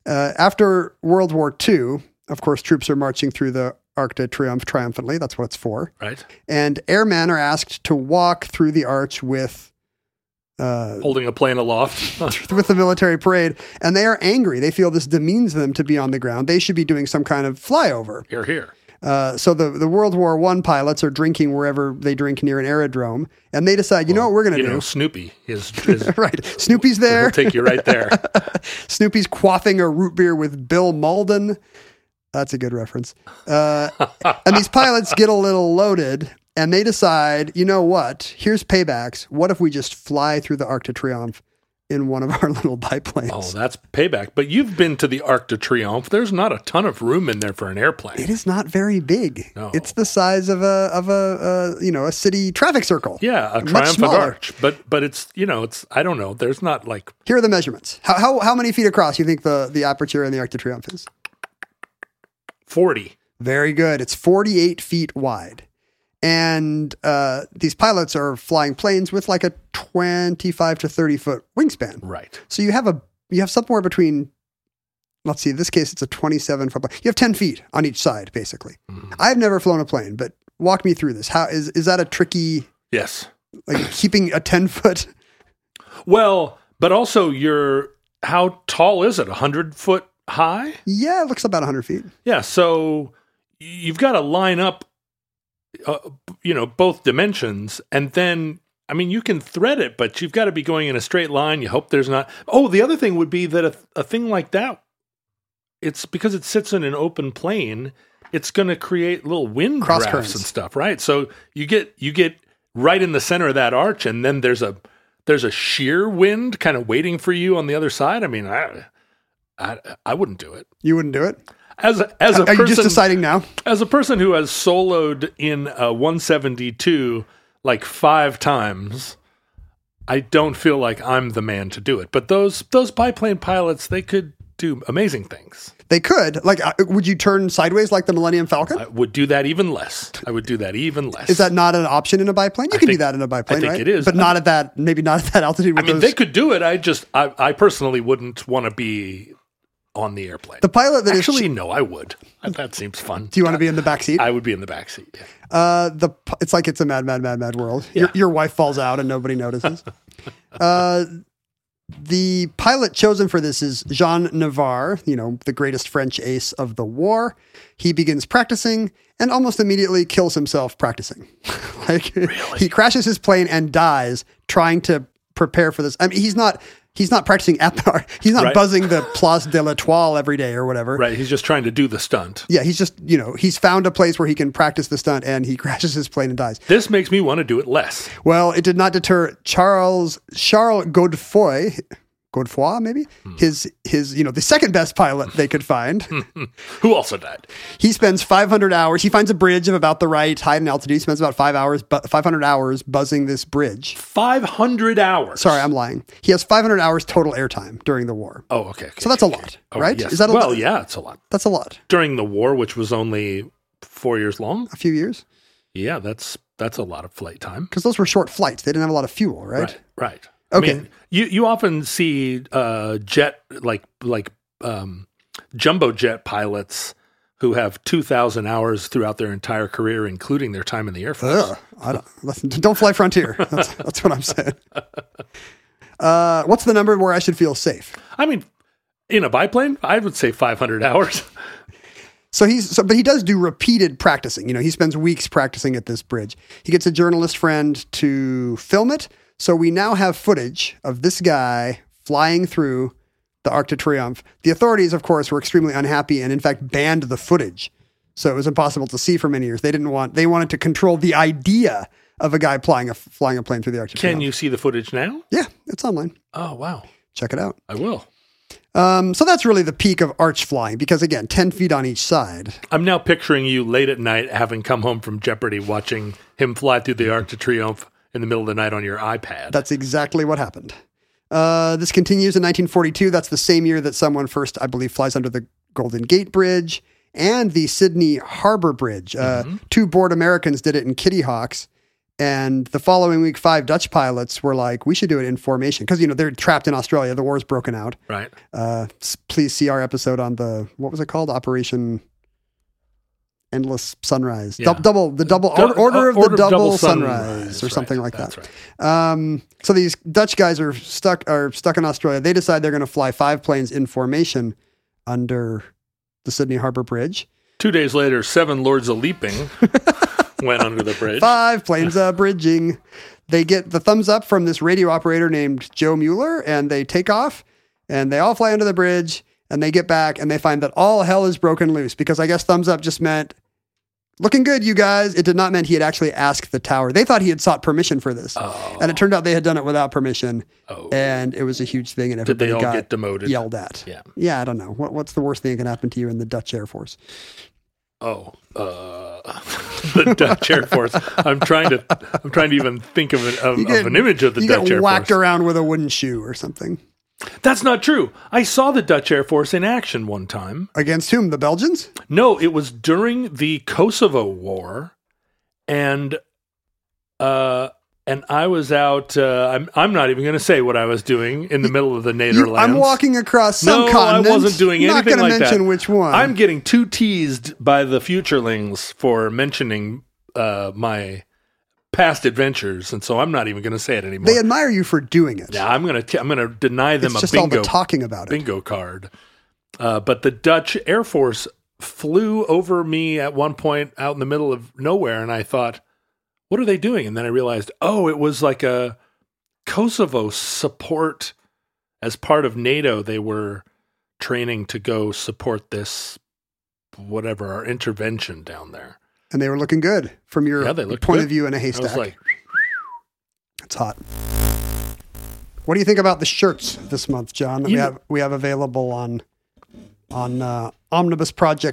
Uh, after World War II, of course, troops are marching through the Arc de Triomphe triumphantly. That's what it's for.
Right.
And airmen are asked to walk through the arch with Uh,
Holding a plane aloft.
with the military parade, and they are angry. They feel this demeans them to be on the ground. They should be doing some kind of flyover.
here, here.
Uh, so the, the World War One pilots are drinking wherever they drink near an aerodrome, and they decide, you know what we're going to
You
do?
know, Snoopy is, is
right, Snoopy's there.
will take you right there.
Snoopy's quaffing a root beer with Bill Malden. That's a good reference. Uh, and these pilots get a little loaded, and they decide, you know what? Here's paybacks. What if we just fly through the Arc de Triomphe in one of our little biplanes?
Oh, that's payback. But you've been to the Arc de Triomphe. There's not a ton of room in there for an airplane.
It is not very big.
No.
It's the size of a of a uh, you know a city traffic circle.
Yeah, a
Much
triumphant
smaller.
arch. But but it's you know, it's I don't know. There's not like
Here are the measurements. How, how, how many feet across do you think the, the aperture in the Arc de Triomphe is?
forty.
Very good. It's 48 feet wide. And uh, these pilots are flying planes with like a 25 to 30 foot wingspan.
Right.
So you have a you have somewhere between let's see, in this case it's a 27 foot plane. You have 10 feet on each side basically.
Hmm.
I've never flown a plane, but walk me through this. How is is that a tricky
Yes.
like keeping a 10 foot
Well, but also your how tall is it? A hundred foot high?
Yeah, it looks about 100 feet.
Yeah. So you've got to line up, uh, you know, both dimensions, and then I mean, you can thread it, but you've got to be going in a straight line. You hope there's not. Oh, the other thing would be that a, a thing like that, it's because it sits in an open plane. It's going to create little wind
Cross
drafts
currents.
and stuff, right? So you get you get right in the center of that arch, and then there's a there's a sheer wind kind of waiting for you on the other side. I mean, I I, I wouldn't do it
You wouldn't do it?
as a, as a
Are you
person
just deciding now?
as a person who has soloed in a 172 like five times, I don't feel like I'm the man to do it. But those those biplane pilots, they could do amazing things.
They could. Like, uh, would you turn sideways like the Millennium Falcon?
I would do that even less. I would do that even less.
is that not an option in a biplane? You can do
think-
that in a biplane,
I think
right?
it is.
but
I-
not at that. Maybe not at that altitude.
I
With
mean,
those-
they could do it. I just, I, I personally wouldn't want to be on the airplane.
the pilot that is-
Actually, no, I would. That seems fun.
do you want to be in the back seat?
I would be in the back seat. yeah.
Uh, the p- it's like it's a mad, mad, mad, mad world. Your, your wife falls out and nobody notices. uh, the pilot chosen for this is Jean Navarre, you know, the greatest French ace of the war. He begins practicing and almost immediately kills himself practicing. like he crashes his plane and dies trying to prepare for this. I mean, he's not. He's not practicing at the. He's not
Right.
buzzing the Place de l'Etoile every day or whatever.
Right. He's just trying to do the stunt.
Yeah, he's just you know he's found a place where he can practice the stunt and he crashes his plane and dies.
This makes me want to do it less.
Well, it did not deter Charles Charles Godefroy, Godefroy maybe
Hmm.
his his you know the second best pilot they could find.
Who also died?
he spends 500 hours. He finds a bridge of about the right height and altitude. He spends about five hours, bu- 500 hours buzzing this bridge.
500 hours.
Sorry, I'm lying. He has 500 hours total airtime during the war.
Oh, okay. okay,
So that's a
okay,
lot,
okay.
right?
yes.
Is that a
well?
lot?
Yeah, it's a lot.
That's a lot.
During the war, which was only four years long.
A few years
Yeah, that's that's a lot of flight time.
because those were short flights. They didn't have a lot of fuel, right?
Right. Right.
Okay.
I mean, you you often see uh, jet like like um, jumbo jet pilots who have two thousand hours throughout their entire career, including their time in the air force.
Ugh, I don't, listen, don't fly Frontier. That's, that's what I'm saying. Uh, what's the number where I should feel safe?
I mean, in a biplane, I would say five hundred hours.
So he's so, but he does do repeated practicing. You know, he spends weeks practicing at this bridge. He gets a journalist friend to film it. So we now have footage of this guy flying through the Arc de Triomphe. The authorities, of course, were extremely unhappy and, in fact, banned the footage. So it was impossible to see for many years. They didn't want. They wanted to control the idea of a guy flying a flying a plane through the Arc de
Can
Triomphe.
you see the footage now?
Yeah, it's online.
Oh wow,
Check it out.
I will.
Um, so that's really the peak of arch flying because again, ten feet on each side.
I'm now picturing you late at night having come home from Jeopardy watching him fly through the Arc de Triomphe in the middle of the night on your iPad.
That's exactly what happened. Uh, this continues in 1942. That's the same year that someone first, I believe, flies under the Golden Gate Bridge and the Sydney Harbor Bridge. Uh, Two bored Americans did it in Kitty Hawks. And the following week, five Dutch pilots were like, we should do it in formation. Because, you know, they're trapped in Australia. The war's broken out.
right.
Uh, s- please see our episode on the what was it called? Operation Endless Sunrise.
Yeah.
Dou- double the double
Du-
order, order of
Order
the double, sunrise, or
right,
something like
that's
that.
right.
Um, so these Dutch guys are stuck are stuck in Australia. They decide they're going to fly five planes in formation under the Sydney Harbour Bridge.
Two days later, seven lords a leaping went under the bridge.
Five planes uh, bridging. They get the thumbs up from this radio operator named Joe Mueller, and they take off, and they all fly under the bridge, and they get back, and they find that all hell is broken loose because I guess thumbs up just meant looking good, you guys. It did not mean he had actually asked the tower. They thought he had sought permission for this, and it turned out they had done it without permission,
Oh.
and it was a huge thing. And
Did
everybody
they all
got
get demoted?
yelled at.
Yeah.
yeah. I don't know. What, what's the worst thing that can happen to you in the Dutch Air Force?
Oh, uh, the Dutch Air Force. I'm trying to. I'm trying to even think of an, of,
You get-
of an image of the
you
Dutch
get
Air
whacked
Force.
around with a wooden shoe or something.
That's not true. I saw the Dutch Air Force in action one time.
Against whom? The Belgians?
No, it was during the Kosovo War, and uh, and I was out. Uh, I'm I'm not even going to say what I was doing in the middle of the
You-
Netherlands.
I'm walking across some
no,
continent.
I wasn't doing
Not
anything
gonna
like
mention
that.
which one.
I'm getting too teased by the futurelings for mentioning uh, my past adventures, and so I'm not even going to say it anymore.
they admire you for doing it.
Now, I'm going to I'm going to deny them
it's
a
just all
bingo
the talking about it.
bingo card. Uh, but the Dutch Air Force flew over me at one point out in the middle of nowhere, and I thought, "What are they doing?" And then I realized, oh, it was like a Kosovo support as part of NATO. They were training to go support this whatever our intervention down there.
and they were looking good from your
Yeah, they looked
point
good.
of view in a
I was
haystack.
like,
it's hot. What do you think about the shirts this month, John? That we
You-
have we have available on on uh,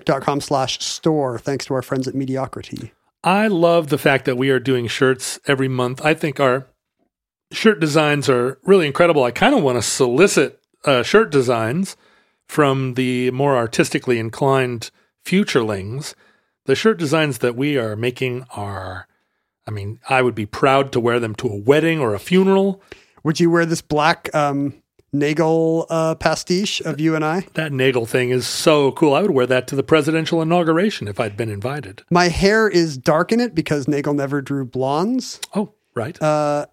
omnibusproject.com/store. Thanks to our friends at Mediocrity.
I love the fact that we are doing shirts every month. I think our shirt designs are really incredible. I kind of want to solicit uh, shirt designs from the more artistically inclined futurelings. The shirt designs that we are making are, I mean, I would be proud to wear them to a wedding or a funeral.
Would you wear this black um, Nagel uh, pastiche of you and I?
That Nagel thing is so cool. I would wear that to the presidential inauguration if I'd been invited.
My hair is dark in it because Nagel never drew blondes.
Oh, right.
Uh,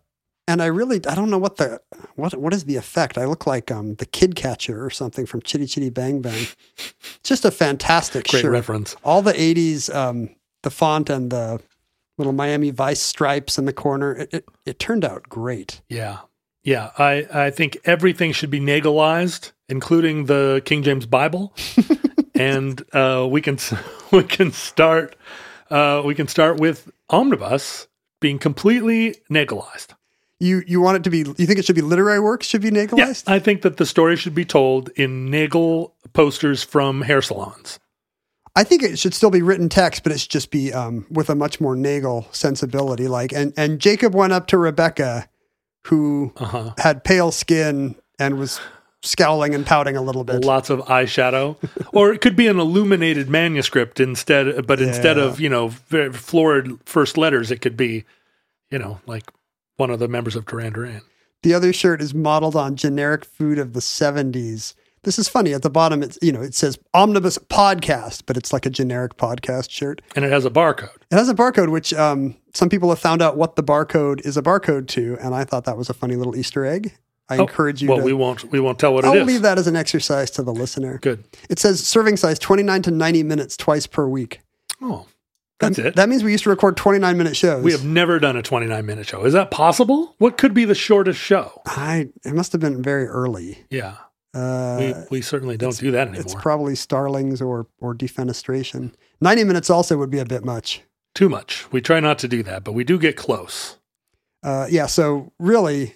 and I really I don't know what the what what is the effect. I look like um the kid catcher or something from Chitty Chitty Bang Bang. Just a fantastic
Great
shirt.
reference.
All the '80s, um, the font and the little Miami Vice stripes in the corner. It, it, it turned out great.
Yeah. Yeah. I, I think everything should be nagelized, including the King James Bible. and uh, we can s- we can start uh, we can start with omnibus being completely nagelized.
You you want it to be? You think it should be literary works? Should be
Yes,
nagalized?
I think that the story should be told in nagel posters from hair salons.
I think it should still be written text, but it should just be um, with a much more Nagel sensibility. Like, and and Jacob went up to Rebecca, who
Uh-huh.
had pale skin and was scowling and pouting a little bit.
Lots of eyeshadow, or it could be an illuminated manuscript instead. But instead of you know very florid first letters, it could be, you know, like one of the members of Duran Duran.
The other shirt is modeled on generic food of the 70s. This is funny. At the bottom, it's you know it says Omnibus Podcast, but it's like a generic podcast shirt.
and it has a barcode.
It has a barcode, which um, some people have found out what the barcode is a barcode to, and I thought that was a funny little Easter egg. I encourage you
Oh, Well,
to.
we won't. We won't tell what
I'll
it is.
leave that as an exercise to the listener.
Good.
It says serving size 29 to 90 minutes twice per week.
Oh, that's it.
That means we used to record 29 minute shows.
we have never done a 29 minute show. Is that possible? What could be the shortest show?
I, it must have been very early.
Yeah,
Uh,
we, we certainly don't do that
It's
anymore.
probably starlings or or defenestration. Ninety minutes also would be a bit much.
Too much. We try not to do that, but we do get close.
Uh, yeah, so really,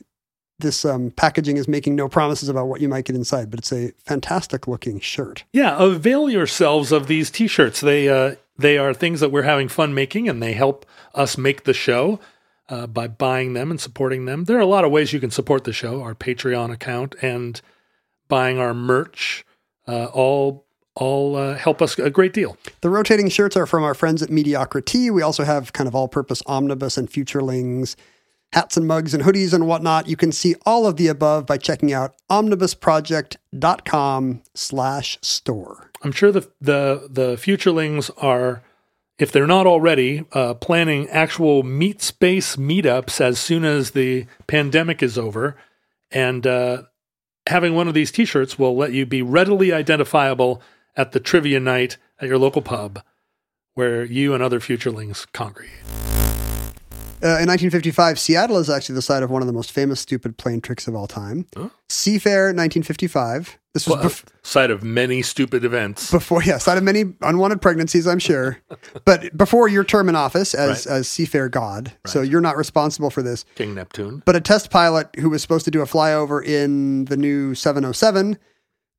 this um, packaging is making no promises about what you might get inside, but it's a fantastic looking shirt.
Yeah, avail yourselves of these T-shirts. They uh, they are things that we're having fun making, and they help us make the show uh, by buying them and supporting them. There are a lot of ways you can support the show: our Patreon account and buying our merch. Uh, all all uh, help us a great deal.
The rotating shirts are from our friends at Mediocrity. We also have kind of all purpose omnibus and futurelings, hats and mugs and hoodies and whatnot. You can see all of the above by checking out omnibusproject.com slash store.
I'm sure the the the futurelings are, if they're not already, uh, planning actual meet space meetups as soon as the pandemic is over, and uh, having one of these T-shirts will let you be readily identifiable at the trivia night at your local pub, where you and other futurelings congregate.
Uh, in 1955, Seattle is actually the site of one of the most famous stupid plane tricks of all time. Seafair, 1955. This was bef-
Site of many stupid events.
before, yes, out of many unwanted pregnancies, I'm sure, but before your term in office as as Seafair God. So you're not responsible for this.
King Neptune.
But a test pilot who was supposed to do a flyover in the new 707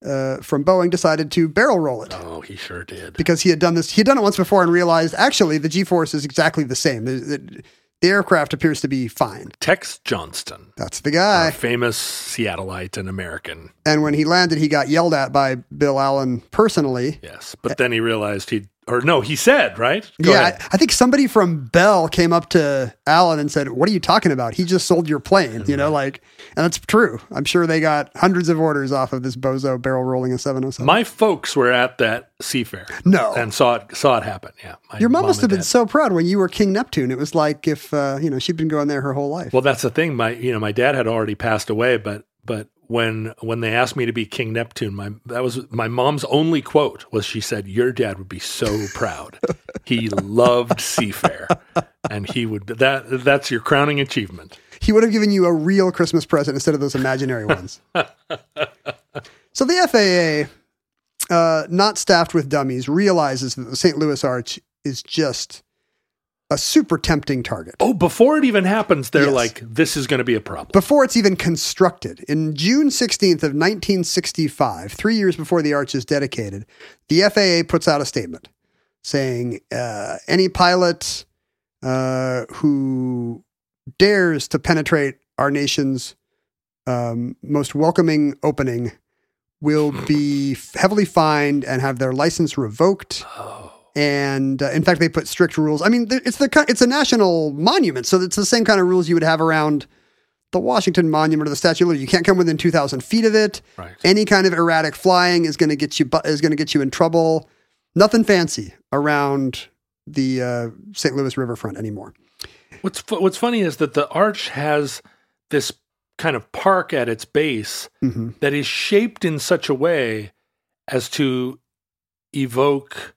uh, from Boeing decided to barrel roll it
Oh, he sure did.
because he had done this. He had done it once before and realized actually the G-force is exactly the same. The, the- the aircraft appears to be fine.
Tex Johnston,
That's the guy.
a famous Seattleite and American.
And when he landed, he got yelled at by Bill Allen personally.
Yes, but then he realized he or no, he said right.
yeah, I, I think somebody from Bell came up to Allen and said, "What are you talking about? He just sold your plane." You know, like, and that's true. I'm sure they got hundreds of orders off of this bozo barrel rolling a 707.
My folks were at that seafair.
No.
and saw it saw it happen. Yeah, my
Your mom, must
and
have been
dad.
so proud when you were King Neptune. It was like if uh, you know she'd been going there her whole life.
Well, that's the thing. My you know my dad had already passed away, but but when when they asked me to be King Neptune, my that was my mom's only quote was she said, "Your dad would be so proud. he loved Seafair, and he would that that's your crowning achievement."
He would have given you a real Christmas present instead of those imaginary ones. so the FAA, uh, not staffed with dummies, realizes that the St. Louis Arch is just a super tempting target.
Oh, before it even happens, they're
Yes.
like, "This is going to be a problem."
Before it's even constructed, in June 16th of 1965, three years before the arch is dedicated, the FAA puts out a statement saying uh, any pilot uh, who dares to penetrate our nation's um, most welcoming opening will be f- heavily fined and have their license revoked. And uh, in fact, they put strict rules. I mean, th- it's the ki- it's a national monument, so it's the same kind of rules you would have around the Washington Monument or the Statue of Liberty. You can't come within two thousand feet of it.
Right.
Any kind of erratic flying is going to get you bu- is going to get you in trouble. Nothing fancy around the uh, St. Louis riverfront anymore.
What's fu- what's funny is that the arch has this kind of park at its base that is shaped in such a way as to evoke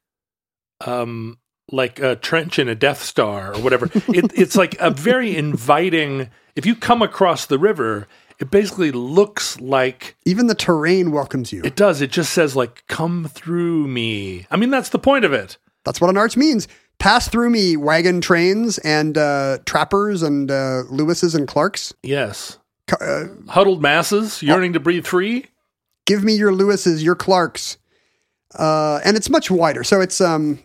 um like a trench in a death star or whatever. it, it's like a very inviting if you come across the river, it basically looks like
Even the terrain welcomes you.
it does. It just says like come through me. I mean that's the point of it.
That's what an arch means. Pass through me wagon trains and uh, trappers and uh, Lewises and Clarks.
Yes.
C- uh,
Huddled masses yearning to breathe free.
give me your Lewises, your Clarks. Uh, and it's much wider. So it's um,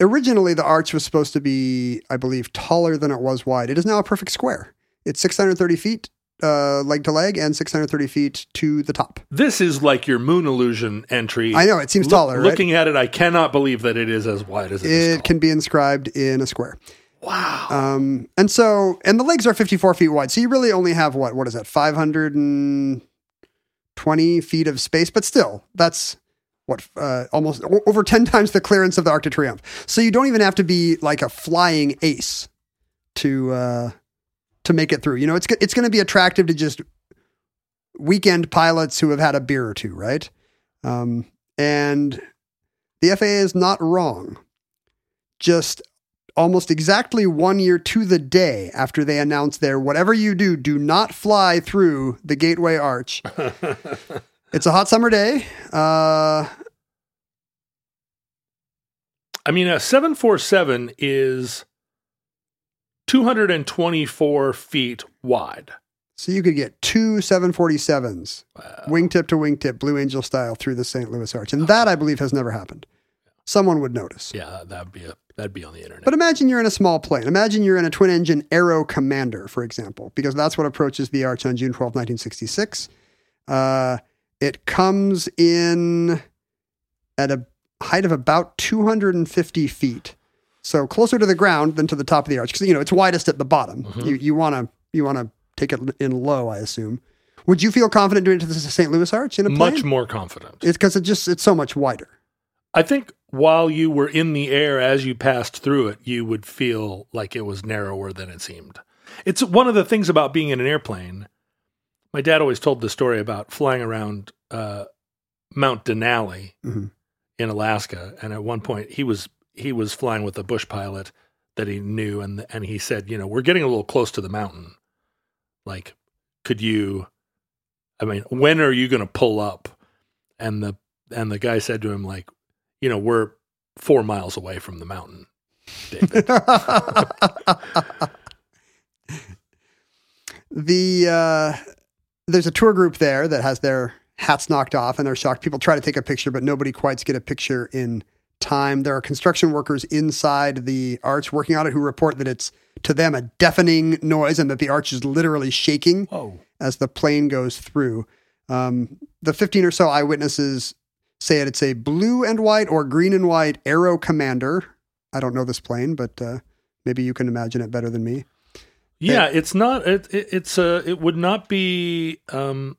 originally the arch was supposed to be, I believe, taller than it was wide. It is now a perfect square. It's 630 feet uh, leg to leg and 630 feet to the top.
This is like your moon illusion entry.
I know it seems
Loo-
taller. right?
Looking at it, I cannot believe that it is as wide as it is.
it
tall.
can be inscribed in a square. Wow. Um, and so, and the legs are 54 feet wide. So you really only have what, what is that? 520 feet of space, but still that's what, uh, almost o- over 10 times the clearance of the Arc de Triomphe. So you don't even have to be like a flying ace to, uh, to make it through. You know, it's, go- it's going to be attractive to just weekend pilots who have had a beer or two, right? Um, and the FAA is not wrong just almost exactly one year to the day after they announced their whatever you do, do not fly through the Gateway Arch. it's a hot summer day. Uh,
I mean, a 747 is 224 feet wide.
so you could get two 747s, wingtip to wingtip, Blue Angel style through the St. Louis Arch. And that, I believe, has never happened. Someone would notice.
Yeah, that'd be a, that'd be on the internet.
But imagine you're in a small plane. Imagine you're in a twin engine Aero Commander, for example, because that's what approaches the Arch on June 12, 1966. Uh, it comes in at a height of about 250 feet. So closer to the ground than to the top of the arch. Because, you know, it's widest at the bottom.
Mm-hmm.
You, you want to you wanna take it in low, I assume. Would you feel confident doing it to the St. Louis Arch in a plane?
Much more confident.
It's because it just it's so much wider.
I think while you were in the air as you passed through it, you would feel like it was narrower than it seemed. It's one of the things about being in an airplane. My dad always told the story about flying around uh, Mount Denali
Mhm.
in Alaska, and at one point he was he was flying with a bush pilot that he knew, and and he said, you know, we're getting a little close to the mountain. Like, could you? I mean, when are you going to pull up? And the and the guy said to him like you know, we're four miles away from the mountain. David.
the uh, there's a tour group there that has their hats knocked off and they're shocked. People try to take a picture, but nobody quite get a picture in time. There are construction workers inside the arch working on it who report that it's to them a deafening noise and that the arch is literally shaking
oh,
as the plane goes through. Um, the 15 or so eyewitnesses say it, it's a blue and white or green and white Aero Commander. I don't know this plane, but uh, maybe you can imagine it better than me.
yeah. It's not. It, it, it's a. It would not be. Um.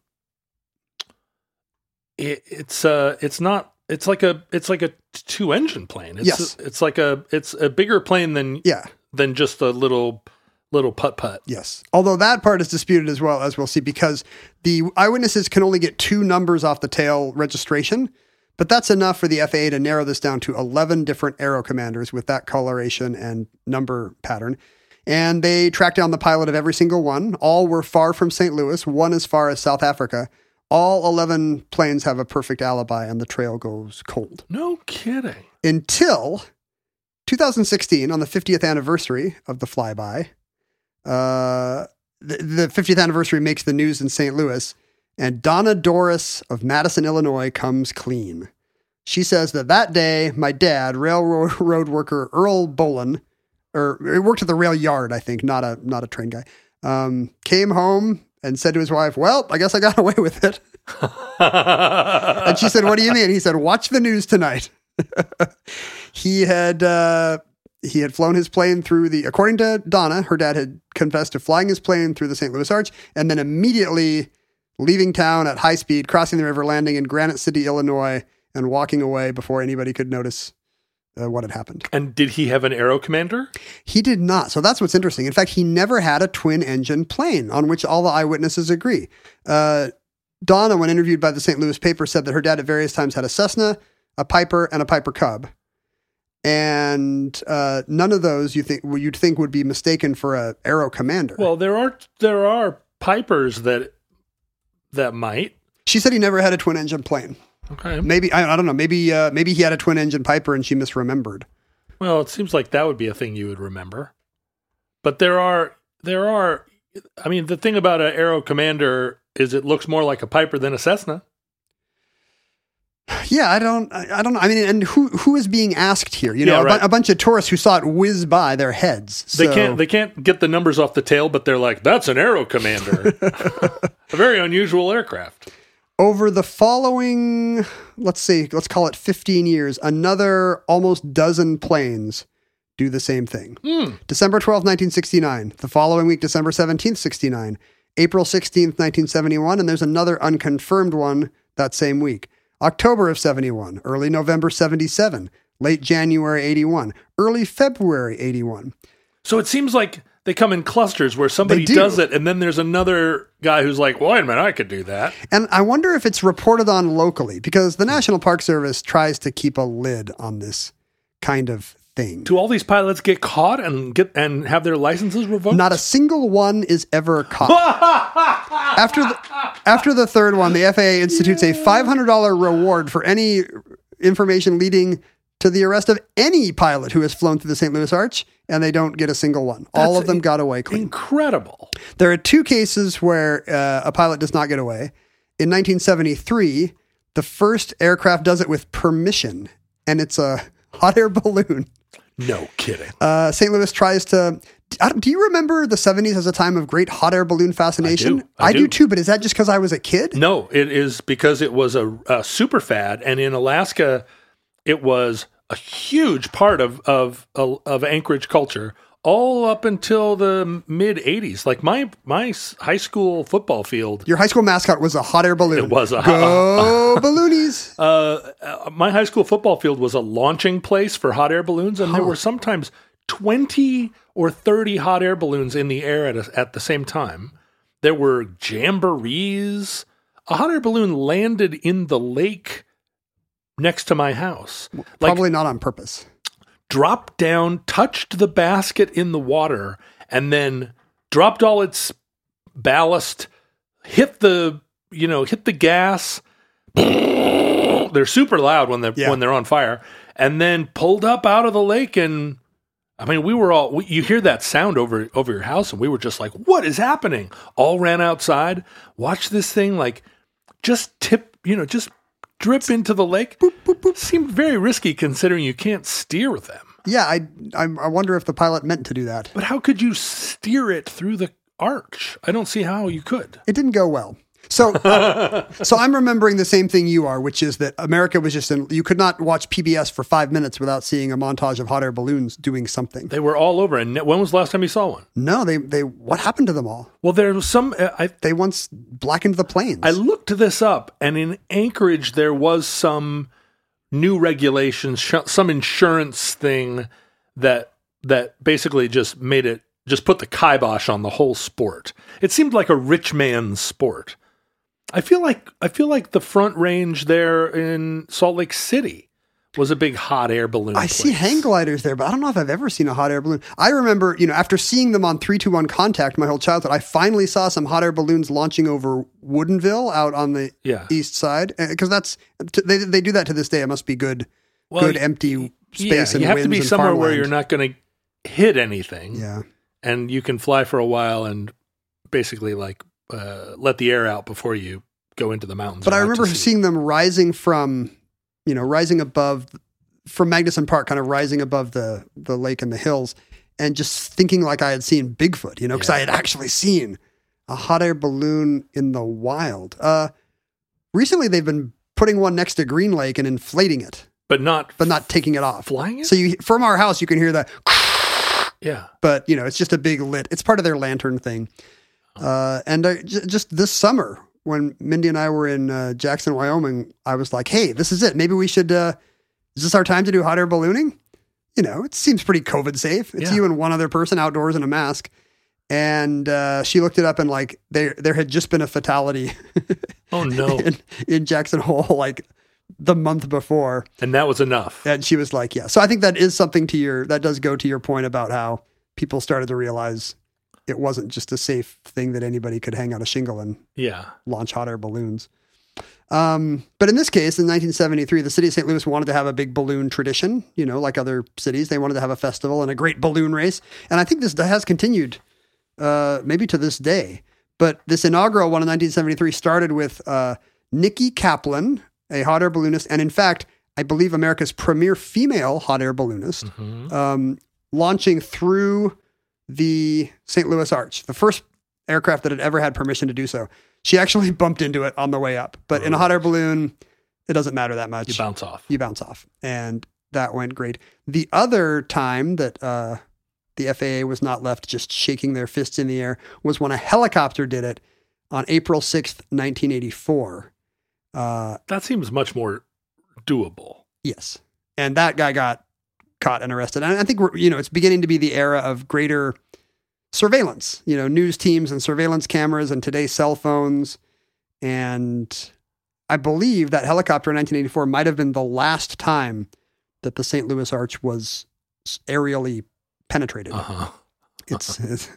It, it's uh It's not. It's like a. It's like a two engine plane. It's
Yes.
it's like a. It's a bigger plane than
Yeah,
than just a little little putt putt.
Yes. Although that part is disputed as well, as we'll see, because the eyewitnesses can only get two numbers off the tail registration, but that's enough for the FAA to narrow this down to 11 different aero commanders with that coloration and number pattern. And they tracked down the pilot of every single one. All were far from St. Louis, one as far as South Africa. All 11 planes have a perfect alibi, and the trail goes cold
No kidding.
until 2016 on the 50th anniversary of the flyby. Uh, the, the 50th anniversary makes the news in St. Louis, and Donna Doris of Madison, Illinois, comes clean. She says that that day, my dad, railroad road worker Earl Bolin, or he worked at the rail yard, I think, not a not a train guy, um, came home and said to his wife, "Well, I guess I got away with it." And she said, "What do you mean?" He said, "Watch the news tonight." he had uh, he had flown his plane through the. According to Donna, her dad had confessed to flying his plane through the St. Louis Arch and then immediately leaving town at high speed, crossing the river, landing in Granite City, Illinois, and walking away before anybody could notice uh, what had happened.
And did he have an arrow commander?
He did not. So that's what's interesting. In fact, he never had a twin engine plane, on which all the eyewitnesses agree. Uh, Donna, when interviewed by the St. Louis paper, said that her dad at various times had a Cessna, a Piper, and a Piper Cub. And uh, none of those you think well, you'd think would be mistaken for a Aero Commander.
Well, there are there are pipers that that might.
she said he never had a twin engine plane.
Okay.
Maybe I, I don't know. Maybe uh, maybe he had a twin engine Piper and she misremembered.
Well, it seems like that would be a thing you would remember. But there are there are I mean, the thing about an Aero Commander is it looks more like a Piper than a Cessna.
Yeah, I don't, I I don't know. I mean, and who who is being asked here? You know,
Yeah,
a, bu-
right.
a bunch of tourists who saw it whiz by their heads.
They
So-
can't they can't get the numbers off the tail, but they're like, that's an Aero Commander. a very unusual aircraft.
over the following, let's see, let's call it 15 years, another almost dozen planes do the same thing. December 12th, 1969. The following week, December 17th, 69. April 16th, 1971. And there's another unconfirmed one that same week. October of 71. Early November 77. Late January 81. Early February 81.
So it seems like they come in clusters where somebody
do.
does it and then there's another guy who's like, wait a minute, I could do that.
And I wonder if it's reported on locally because the National Park Service tries to keep a lid on this kind of thing.
Do all these pilots get caught and get and have their licenses revoked?
Not a single one is ever caught. after the after the third one, the FAA institutes a five hundred dollar reward for any information leading to the arrest of any pilot who has flown through the St. Louis Arch, and they don't get a single one. All
That's
of them got away clean.
incredible.
There are two cases where uh, a pilot does not get away. In 1973, the first aircraft does it with permission, and it's a hot air balloon.
No kidding.
Uh, St. Louis tries to. I don't- Do you remember the 70s as a time of great hot air balloon fascination?
I do. Mm.
too, but is that just because I was a kid?
No, it is because it was a, a super fad, and in Alaska, it was a huge part of of of Anchorage culture all up until the mid '80s. Like my my s- high school football field,
Your high school mascot was a hot air balloon.
It was a-
Go balloonies.
uh, my high school football field was a launching place for hot air balloons, and there were sometimes twenty or thirty hot air balloons in the air at a, at the same time. There were jamborees. A hot air balloon landed in the lake next to my house. Like
Probably not on purpose.
dropped down, touched the basket in the water, and then dropped all its ballast, hit the you know hit the gas. They're super loud when they're
Yeah.
when they're on fire, and then pulled up out of the lake and. I mean, we were all. We, you hear that sound over over your house, and we were just like, "What is happening?" All ran outside, watched this thing like just tip, you know, just drip into the lake. Seemed very risky considering you can't steer them.
Yeah, I, I I wonder if the pilot meant to do that.
But how could you steer it through the arch? I don't see how you could.
It didn't go well. So, uh, so I'm remembering the same thing you are, which is that America was just in. You could not watch PBS for five minutes without seeing a montage of hot air balloons doing something.
They were all over. And when was the last time you saw one?
No, they they what happened to them all?
Well, there was some. uh, I
They once blackened the planes.
I looked this up, and in Anchorage there was some new regulations, sh- some insurance thing that that basically just made it just put the kibosh on the whole sport. It seemed like a rich man's sport. I feel like I feel like the front range there in Salt Lake City was a big hot air balloon.
I see
place.
hang gliders there, but I don't know if I've ever seen a hot air balloon. I remember, you know, after seeing them on 321 Contact my whole childhood, I finally saw some hot air balloons launching over Woodinville out on the
Yeah.
east side. Because that's, t- they, they do that to this day. It must be good,
Well,
good
y-
empty space
yeah,
and
you have to
winds
be
and
somewhere where
farmland.
you're not going to hit anything,
Yeah.
and you can fly for a while and basically like uh, let the air out before you go into the mountains.
But
or
I
out to
remember
sea.
seeing them rising from, you know, rising above from Magnuson Park, kind of rising above the the lake and the hills, and just thinking like I had seen Bigfoot, you know, because I had actually seen a hot air balloon in the wild. Uh, recently, they've been putting one next to Green Lake and inflating it,
but not
but not taking it off.
flying it.
So you from our house, you can hear that
yeah,
but you know it's just a big lit it's part of their lantern thing uh, and I, j- just this summer when mindy and i were in uh, jackson wyoming i was like hey this is it maybe we should uh, is this our time to do hot air ballooning you know it seems pretty covid safe it's
Yeah.
you and one other person outdoors in a mask and uh, she looked it up and like there there had just been a fatality
oh no,
in, in jackson hole like the month before
and that was enough.
and she was like, yeah. So I think that is something to your, that does go to your point about how people started to realize it wasn't just a safe thing that anybody could hang out a shingle and
Yeah,
launch hot air balloons. Um, but in this case, in 1973, the city of St. Louis wanted to have a big balloon tradition, you know, like other cities. They wanted to have a festival and a great balloon race. And I think this has continued uh, maybe to this day. But this inaugural one in 1973 started with uh, Nikki Kaplan, a hot air balloonist, and in fact, I believe America's premier female hot air balloonist, um, launching through the St. Louis Arch, the first aircraft that had ever had permission to do so. She actually bumped into it on the way up, but in a hot air balloon, it doesn't matter that much
you bounce off.
you bounce off. And that went great. The other time that uh, the FAA was not left just shaking their fists in the air was when a helicopter did it on April 6th, 1984. Uh,
That seems much more doable.
yes. And that guy got caught and arrested. And I think, we're, you know, it's beginning to be the era of greater surveillance, you know, news teams and surveillance cameras and today's cell phones. And I believe that helicopter in 1984 might have been the last time that the St. Louis Arch was s- aerially penetrated.
Uh huh.
It's, it's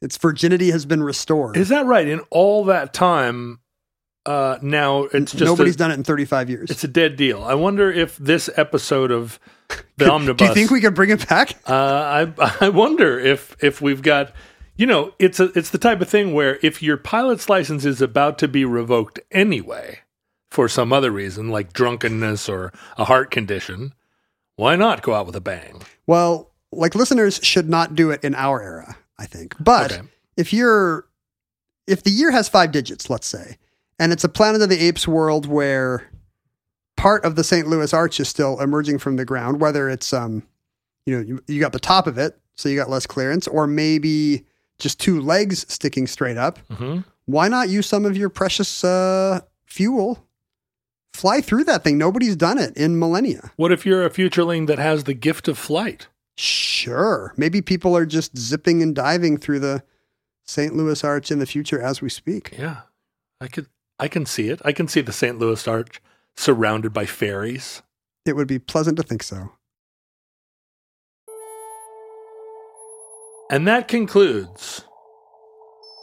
its virginity has been restored.
Is that right? In all that time, uh, now it's just
Nobody's
a,
done it in 35 years.
It's a dead deal. I wonder if this episode of the omnibus.
Do you think we could bring it back?
Uh, I I wonder if if we've got. You know, it's a it's the type of thing where if your pilot's license is about to be revoked anyway, for some other reason like drunkenness or a heart condition, why not go out with a bang?
Well, like listeners should not do it in our era, I think. But
Okay.
if you're if the year has five digits, let's say, and it's a Planet of the Apes world where part of the St. Louis Arch is still emerging from the ground, whether it's um, you know, you, you got the top of it, so you got less clearance, or maybe just two legs sticking straight up.
Mhm.
Why not use some of your precious uh, fuel? Fly through that thing. Nobody's done it in millennia.
What if you're a futureling that has the gift of flight?
Sure. Maybe people are just zipping and diving through the St. Louis Arch in the future as we speak.
Yeah, I could. I can see it. I can see the St. Louis Arch surrounded by fairies.
It would be pleasant to think so.
And that concludes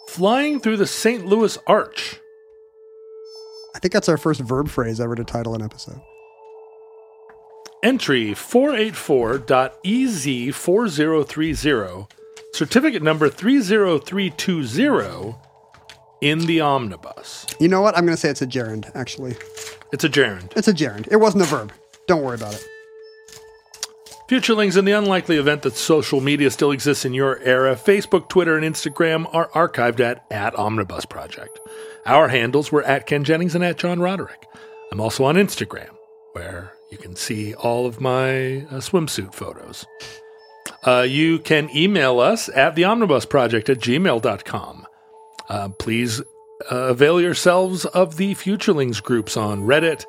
flying through the St. Louis Arch.
I think that's our first verb phrase ever to title an episode.
Entry E 484.EZ4030, certificate number 30320 in the omnibus.
You know what? I'm going to say it's a gerund, actually.
It's a gerund.
It's a gerund. It wasn't a verb. Don't worry about it.
Futurelings, in the unlikely event that social media still exists in your era, Facebook, Twitter, and Instagram are archived at, at Omnibus Project. Our handles were at Ken Jennings and at John Roderick. I'm also on Instagram, where you can see all of my uh, swimsuit photos. Uh, you can email us at theomnibusproject at gmail.com. Uh, please uh, avail yourselves of the Futurelings groups on Reddit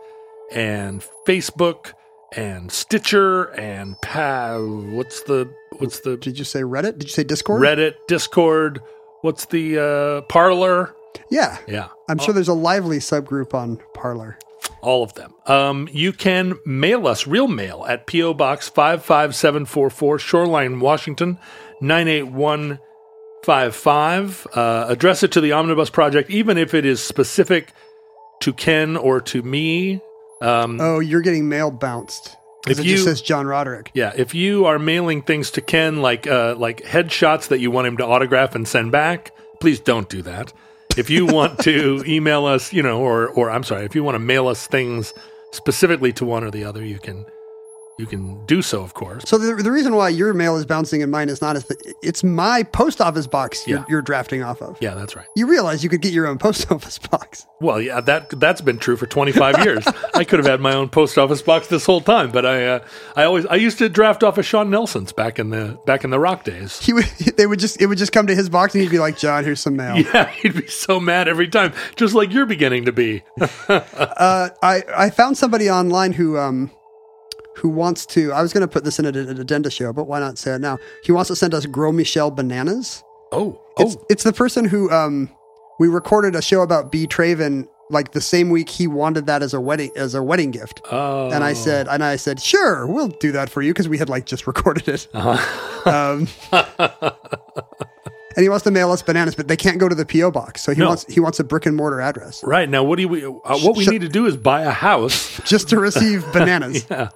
and Facebook and Stitcher and pa- what's the what's the
Did you say Reddit? Did you say Discord?
Reddit, Discord, what's the uh, Parlor?
Yeah.
Yeah,
I'm sure there's a lively subgroup on Parlor.
all of them. Um, you can mail us real mail at PO Box five five seven four four Shoreline, Washington nine eight one five five. Uh, address it to the Omnibus Project, even if it is specific to Ken or to me. Um,
Oh, you're getting mail bounced. 'Cause
If
it just
you-
says John Roderick.
Yeah, if you are mailing things to Ken like uh, like headshots that you want him to autograph and send back, please don't do that. If you want to email us, you know, or or I'm sorry, if you want to mail us things specifically to one or the other, you can you can do so, of course.
So the, the reason why your mail is bouncing and mine is not is that it's my post office box you're,
Yeah.
you're drafting off of.
Yeah, that's right.
You realize you could get your own post office box.
Well, yeah, that that's been true for 25 years. I could have had my own post office box this whole time, but I uh, I always I used to draft off of Sean Nelson's back in the back in the rock days.
He would, they would just it would just come to his box and he'd be like, "John, here's some mail."
Yeah, he'd be so mad every time, just like you're beginning to be.
Uh, I I found somebody online who um who wants to. I was going to put this in an an addenda show, but why not say it now? He wants to send us Gros Michel bananas.
Oh,
It's, it's the person who um we recorded a show about B Traven like the same week he wanted that as a wedding as a wedding gift.
Oh.
And I said, and I said, sure, we'll do that for you because we had like just recorded it.
Uh-huh.
um, and he wants to mail us bananas, but they can't go to the PO box, so he
No.
wants he wants a brick and mortar address
Right now, what do we? Uh, what we
Sh-
need to do is buy a house.
just to receive bananas.
Yeah.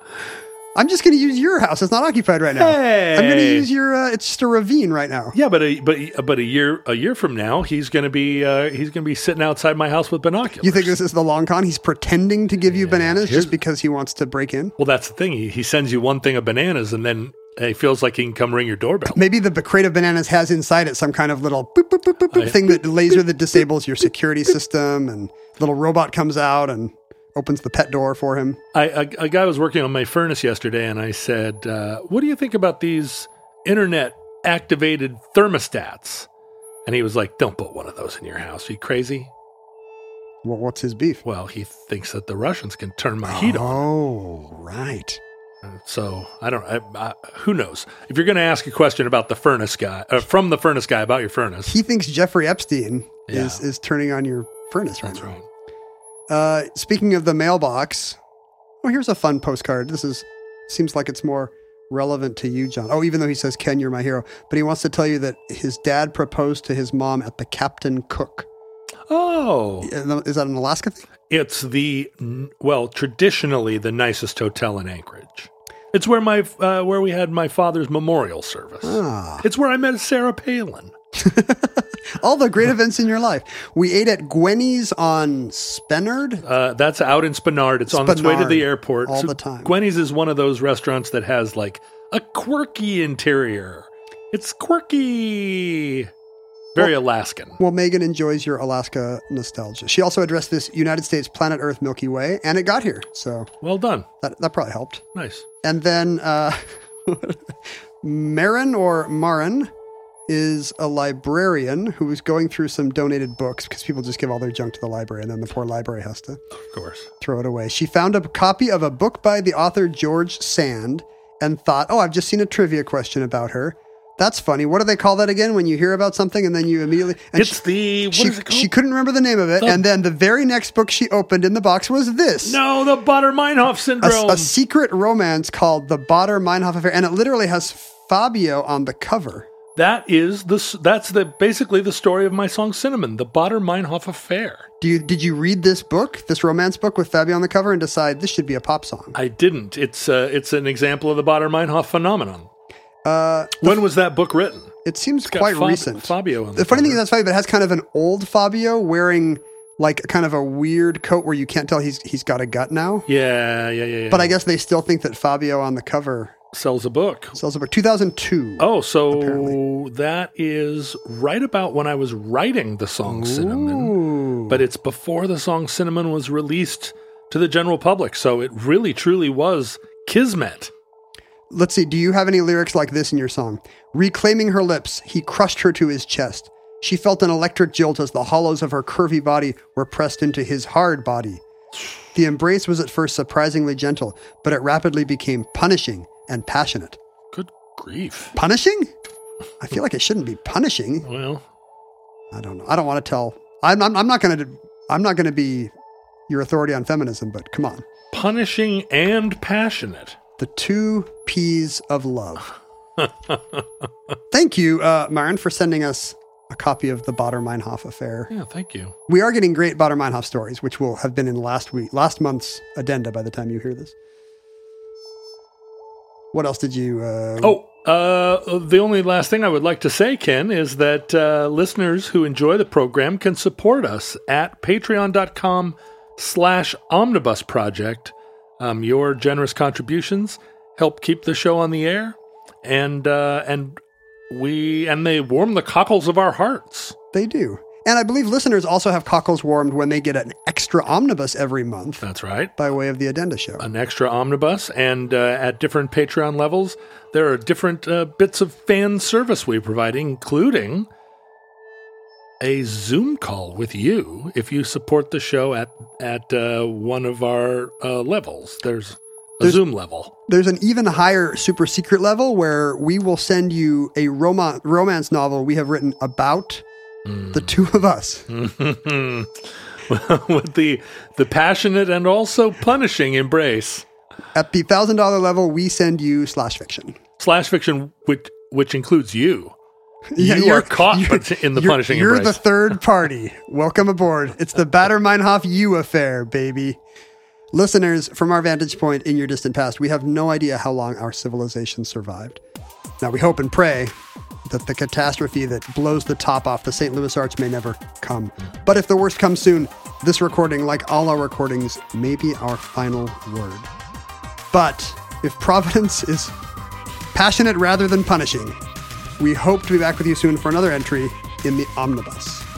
I'm just going to use your house; it's not occupied right now. I'm going to
Hey.
use your. Uh, it's just a ravine right now.
yeah, but a, but a- but a year a year from now, he's gonna be uh, he's gonna be sitting outside my house with binoculars.
You think this is the long con? He's pretending to give you bananas
Here's-
just because he wants to break in.
well, that's the thing. He, he sends you one thing of bananas, and then he feels like he can come ring your doorbell.
Maybe the b- crate of bananas has inside it some kind of little boop, boop, boop, boop, boop
Oh, yeah.
thing that laser that disables your security system, and little robot comes out and opens the pet door for him.
I, a, a guy was working on my furnace yesterday, and I said, uh, "What do you think about these internet activated thermostats?" And he was like, "Don't put one of those in your house. Are you crazy?"
Well, what's his beef?
Well, he thinks that the Russians can turn my heat on.
oh, right.
So I don't. I, I, who knows? If you're going to ask a question about the furnace guy uh, from the furnace guy about your furnace,
He thinks Jeffrey Epstein is
Yeah.
is turning on your furnace right now. Uh, speaking of the mailbox, well, here's a fun postcard. This is seems like it's more relevant to you, John. Oh, even though he says Ken, you're my hero, but he wants to tell you that his dad proposed to his mom at the Captain Cook.
Oh,
Is that an Alaska thing?
it's the n- well traditionally the nicest hotel in Anchorage. It's where my uh, where we had my father's memorial service.
Ah.
It's where I met Sarah Palin.
All the great events in your life. We ate at Gwenny's on Spennard.
Uh, that's out in Spinard. It's on its way to
Spinard,
the airport
all the time.
Gwenny's is one of those restaurants that has like a quirky interior. It's quirky, very Alaskan.
Well, Megan enjoys your Alaska nostalgia. She also addressed this United States planet Earth Milky Way, and it got here. So
Well done.
that, that probably helped.
Nice.
And then uh, Marin or Marin is a librarian who was going through some donated books because people just give all their junk to the library and then the poor library has to
Of course.
throw it away. She found a copy of a book by the author George Sand and thought, oh, I've just seen a trivia question about her. That's funny. What do they call that again when you hear about something and then you immediately. And
it's
she,
the what is
she,
it called?
she couldn't remember the name of it.
The-
and then the very next book she opened in the box was this
no, the Butter Meinhof
a,
syndrome.
a secret romance called The Bader Meinhof Affair, and it literally has Fabio on the cover.
that is the s- that's the basically the story of my song Cinnamon, the Bader Meinhof affair.
Do you did you read this book, this romance book with Fabio on the cover, and decide this should be a pop song?
I didn't. It's uh, it's an example of the Bader Meinhof phenomenon.
Uh,
When was that book written?
it seems
got
quite
Fab-
recent.
Fabio on
The,
the
funny thing is
cover.
that's Fabio, but it has kind of an old Fabio wearing like kind of a weird coat where you can't tell he's he's got a gut now.
Yeah, yeah, yeah. yeah.
But I guess they still think that Fabio on the cover
sells a book.
sells a book. 2002.
Oh, so
Apparently.
that is right about when I was writing the song Cinnamon,
Ooh.
but it's before the song Cinnamon was released to the general public. So it really, truly was kismet.
Let's see. Do you have any lyrics like this in your song? Reclaiming her lips, he crushed her to his chest. She felt an electric jolt as the hollows of her curvy body were pressed into his hard body. The embrace was at first surprisingly gentle, but it rapidly became punishing and passionate.
Good Grief.
Punishing? I feel like it shouldn't be punishing.
Well,
I don't know. I don't want to tell. I'm, I'm, I'm not going to. I'm not going to be your authority on feminism. But come on,
punishing and passionate.
the two P's of love. Thank you, uh, Myron, for sending us a copy of the Bader Meinhof affair.
Yeah, thank you.
We are getting great Bader Meinhof stories, which will have been in last week, last month's addenda by the time you hear this. What else did you? Uh,
Oh, uh, the only last thing I would like to say, Ken, is that uh, listeners who enjoy the program can support us at patreon.com slash omnibus project. Um, your generous contributions help keep the show on the air and uh, and we and they warm the cockles of our hearts.
They do. And I believe listeners also have cockles warmed when they get an extra omnibus every month
That's right.
by way of the addenda show.
an extra omnibus, and uh, at different Patreon levels, there are different uh, bits of fan service we provide, including a Zoom call with you if you support the show at at uh, one of our uh, levels. There's a
There's-
Zoom level.
There's an even higher super secret level where we will send you a roman- romance novel we have written about the two of us.
with the the passionate and also punishing embrace
At the $1,000 level, we send you slash fiction.
slash fiction, which which includes you.
Yeah,
you
you're-
are caught in the
you're,
punishing
You're
embrace.
the third party. Welcome aboard. It's the Bader Meinhof U affair, baby. Listeners, from our vantage point in your distant past, we have no idea how long our civilization survived. Now we hope and pray that the catastrophe that blows the top off the St. Louis Arch may never come. But if the worst comes soon, this recording, like all our recordings, may be our final word. But if Providence is passionate rather than punishing, we hope to be back with you soon for another entry in the Omnibus.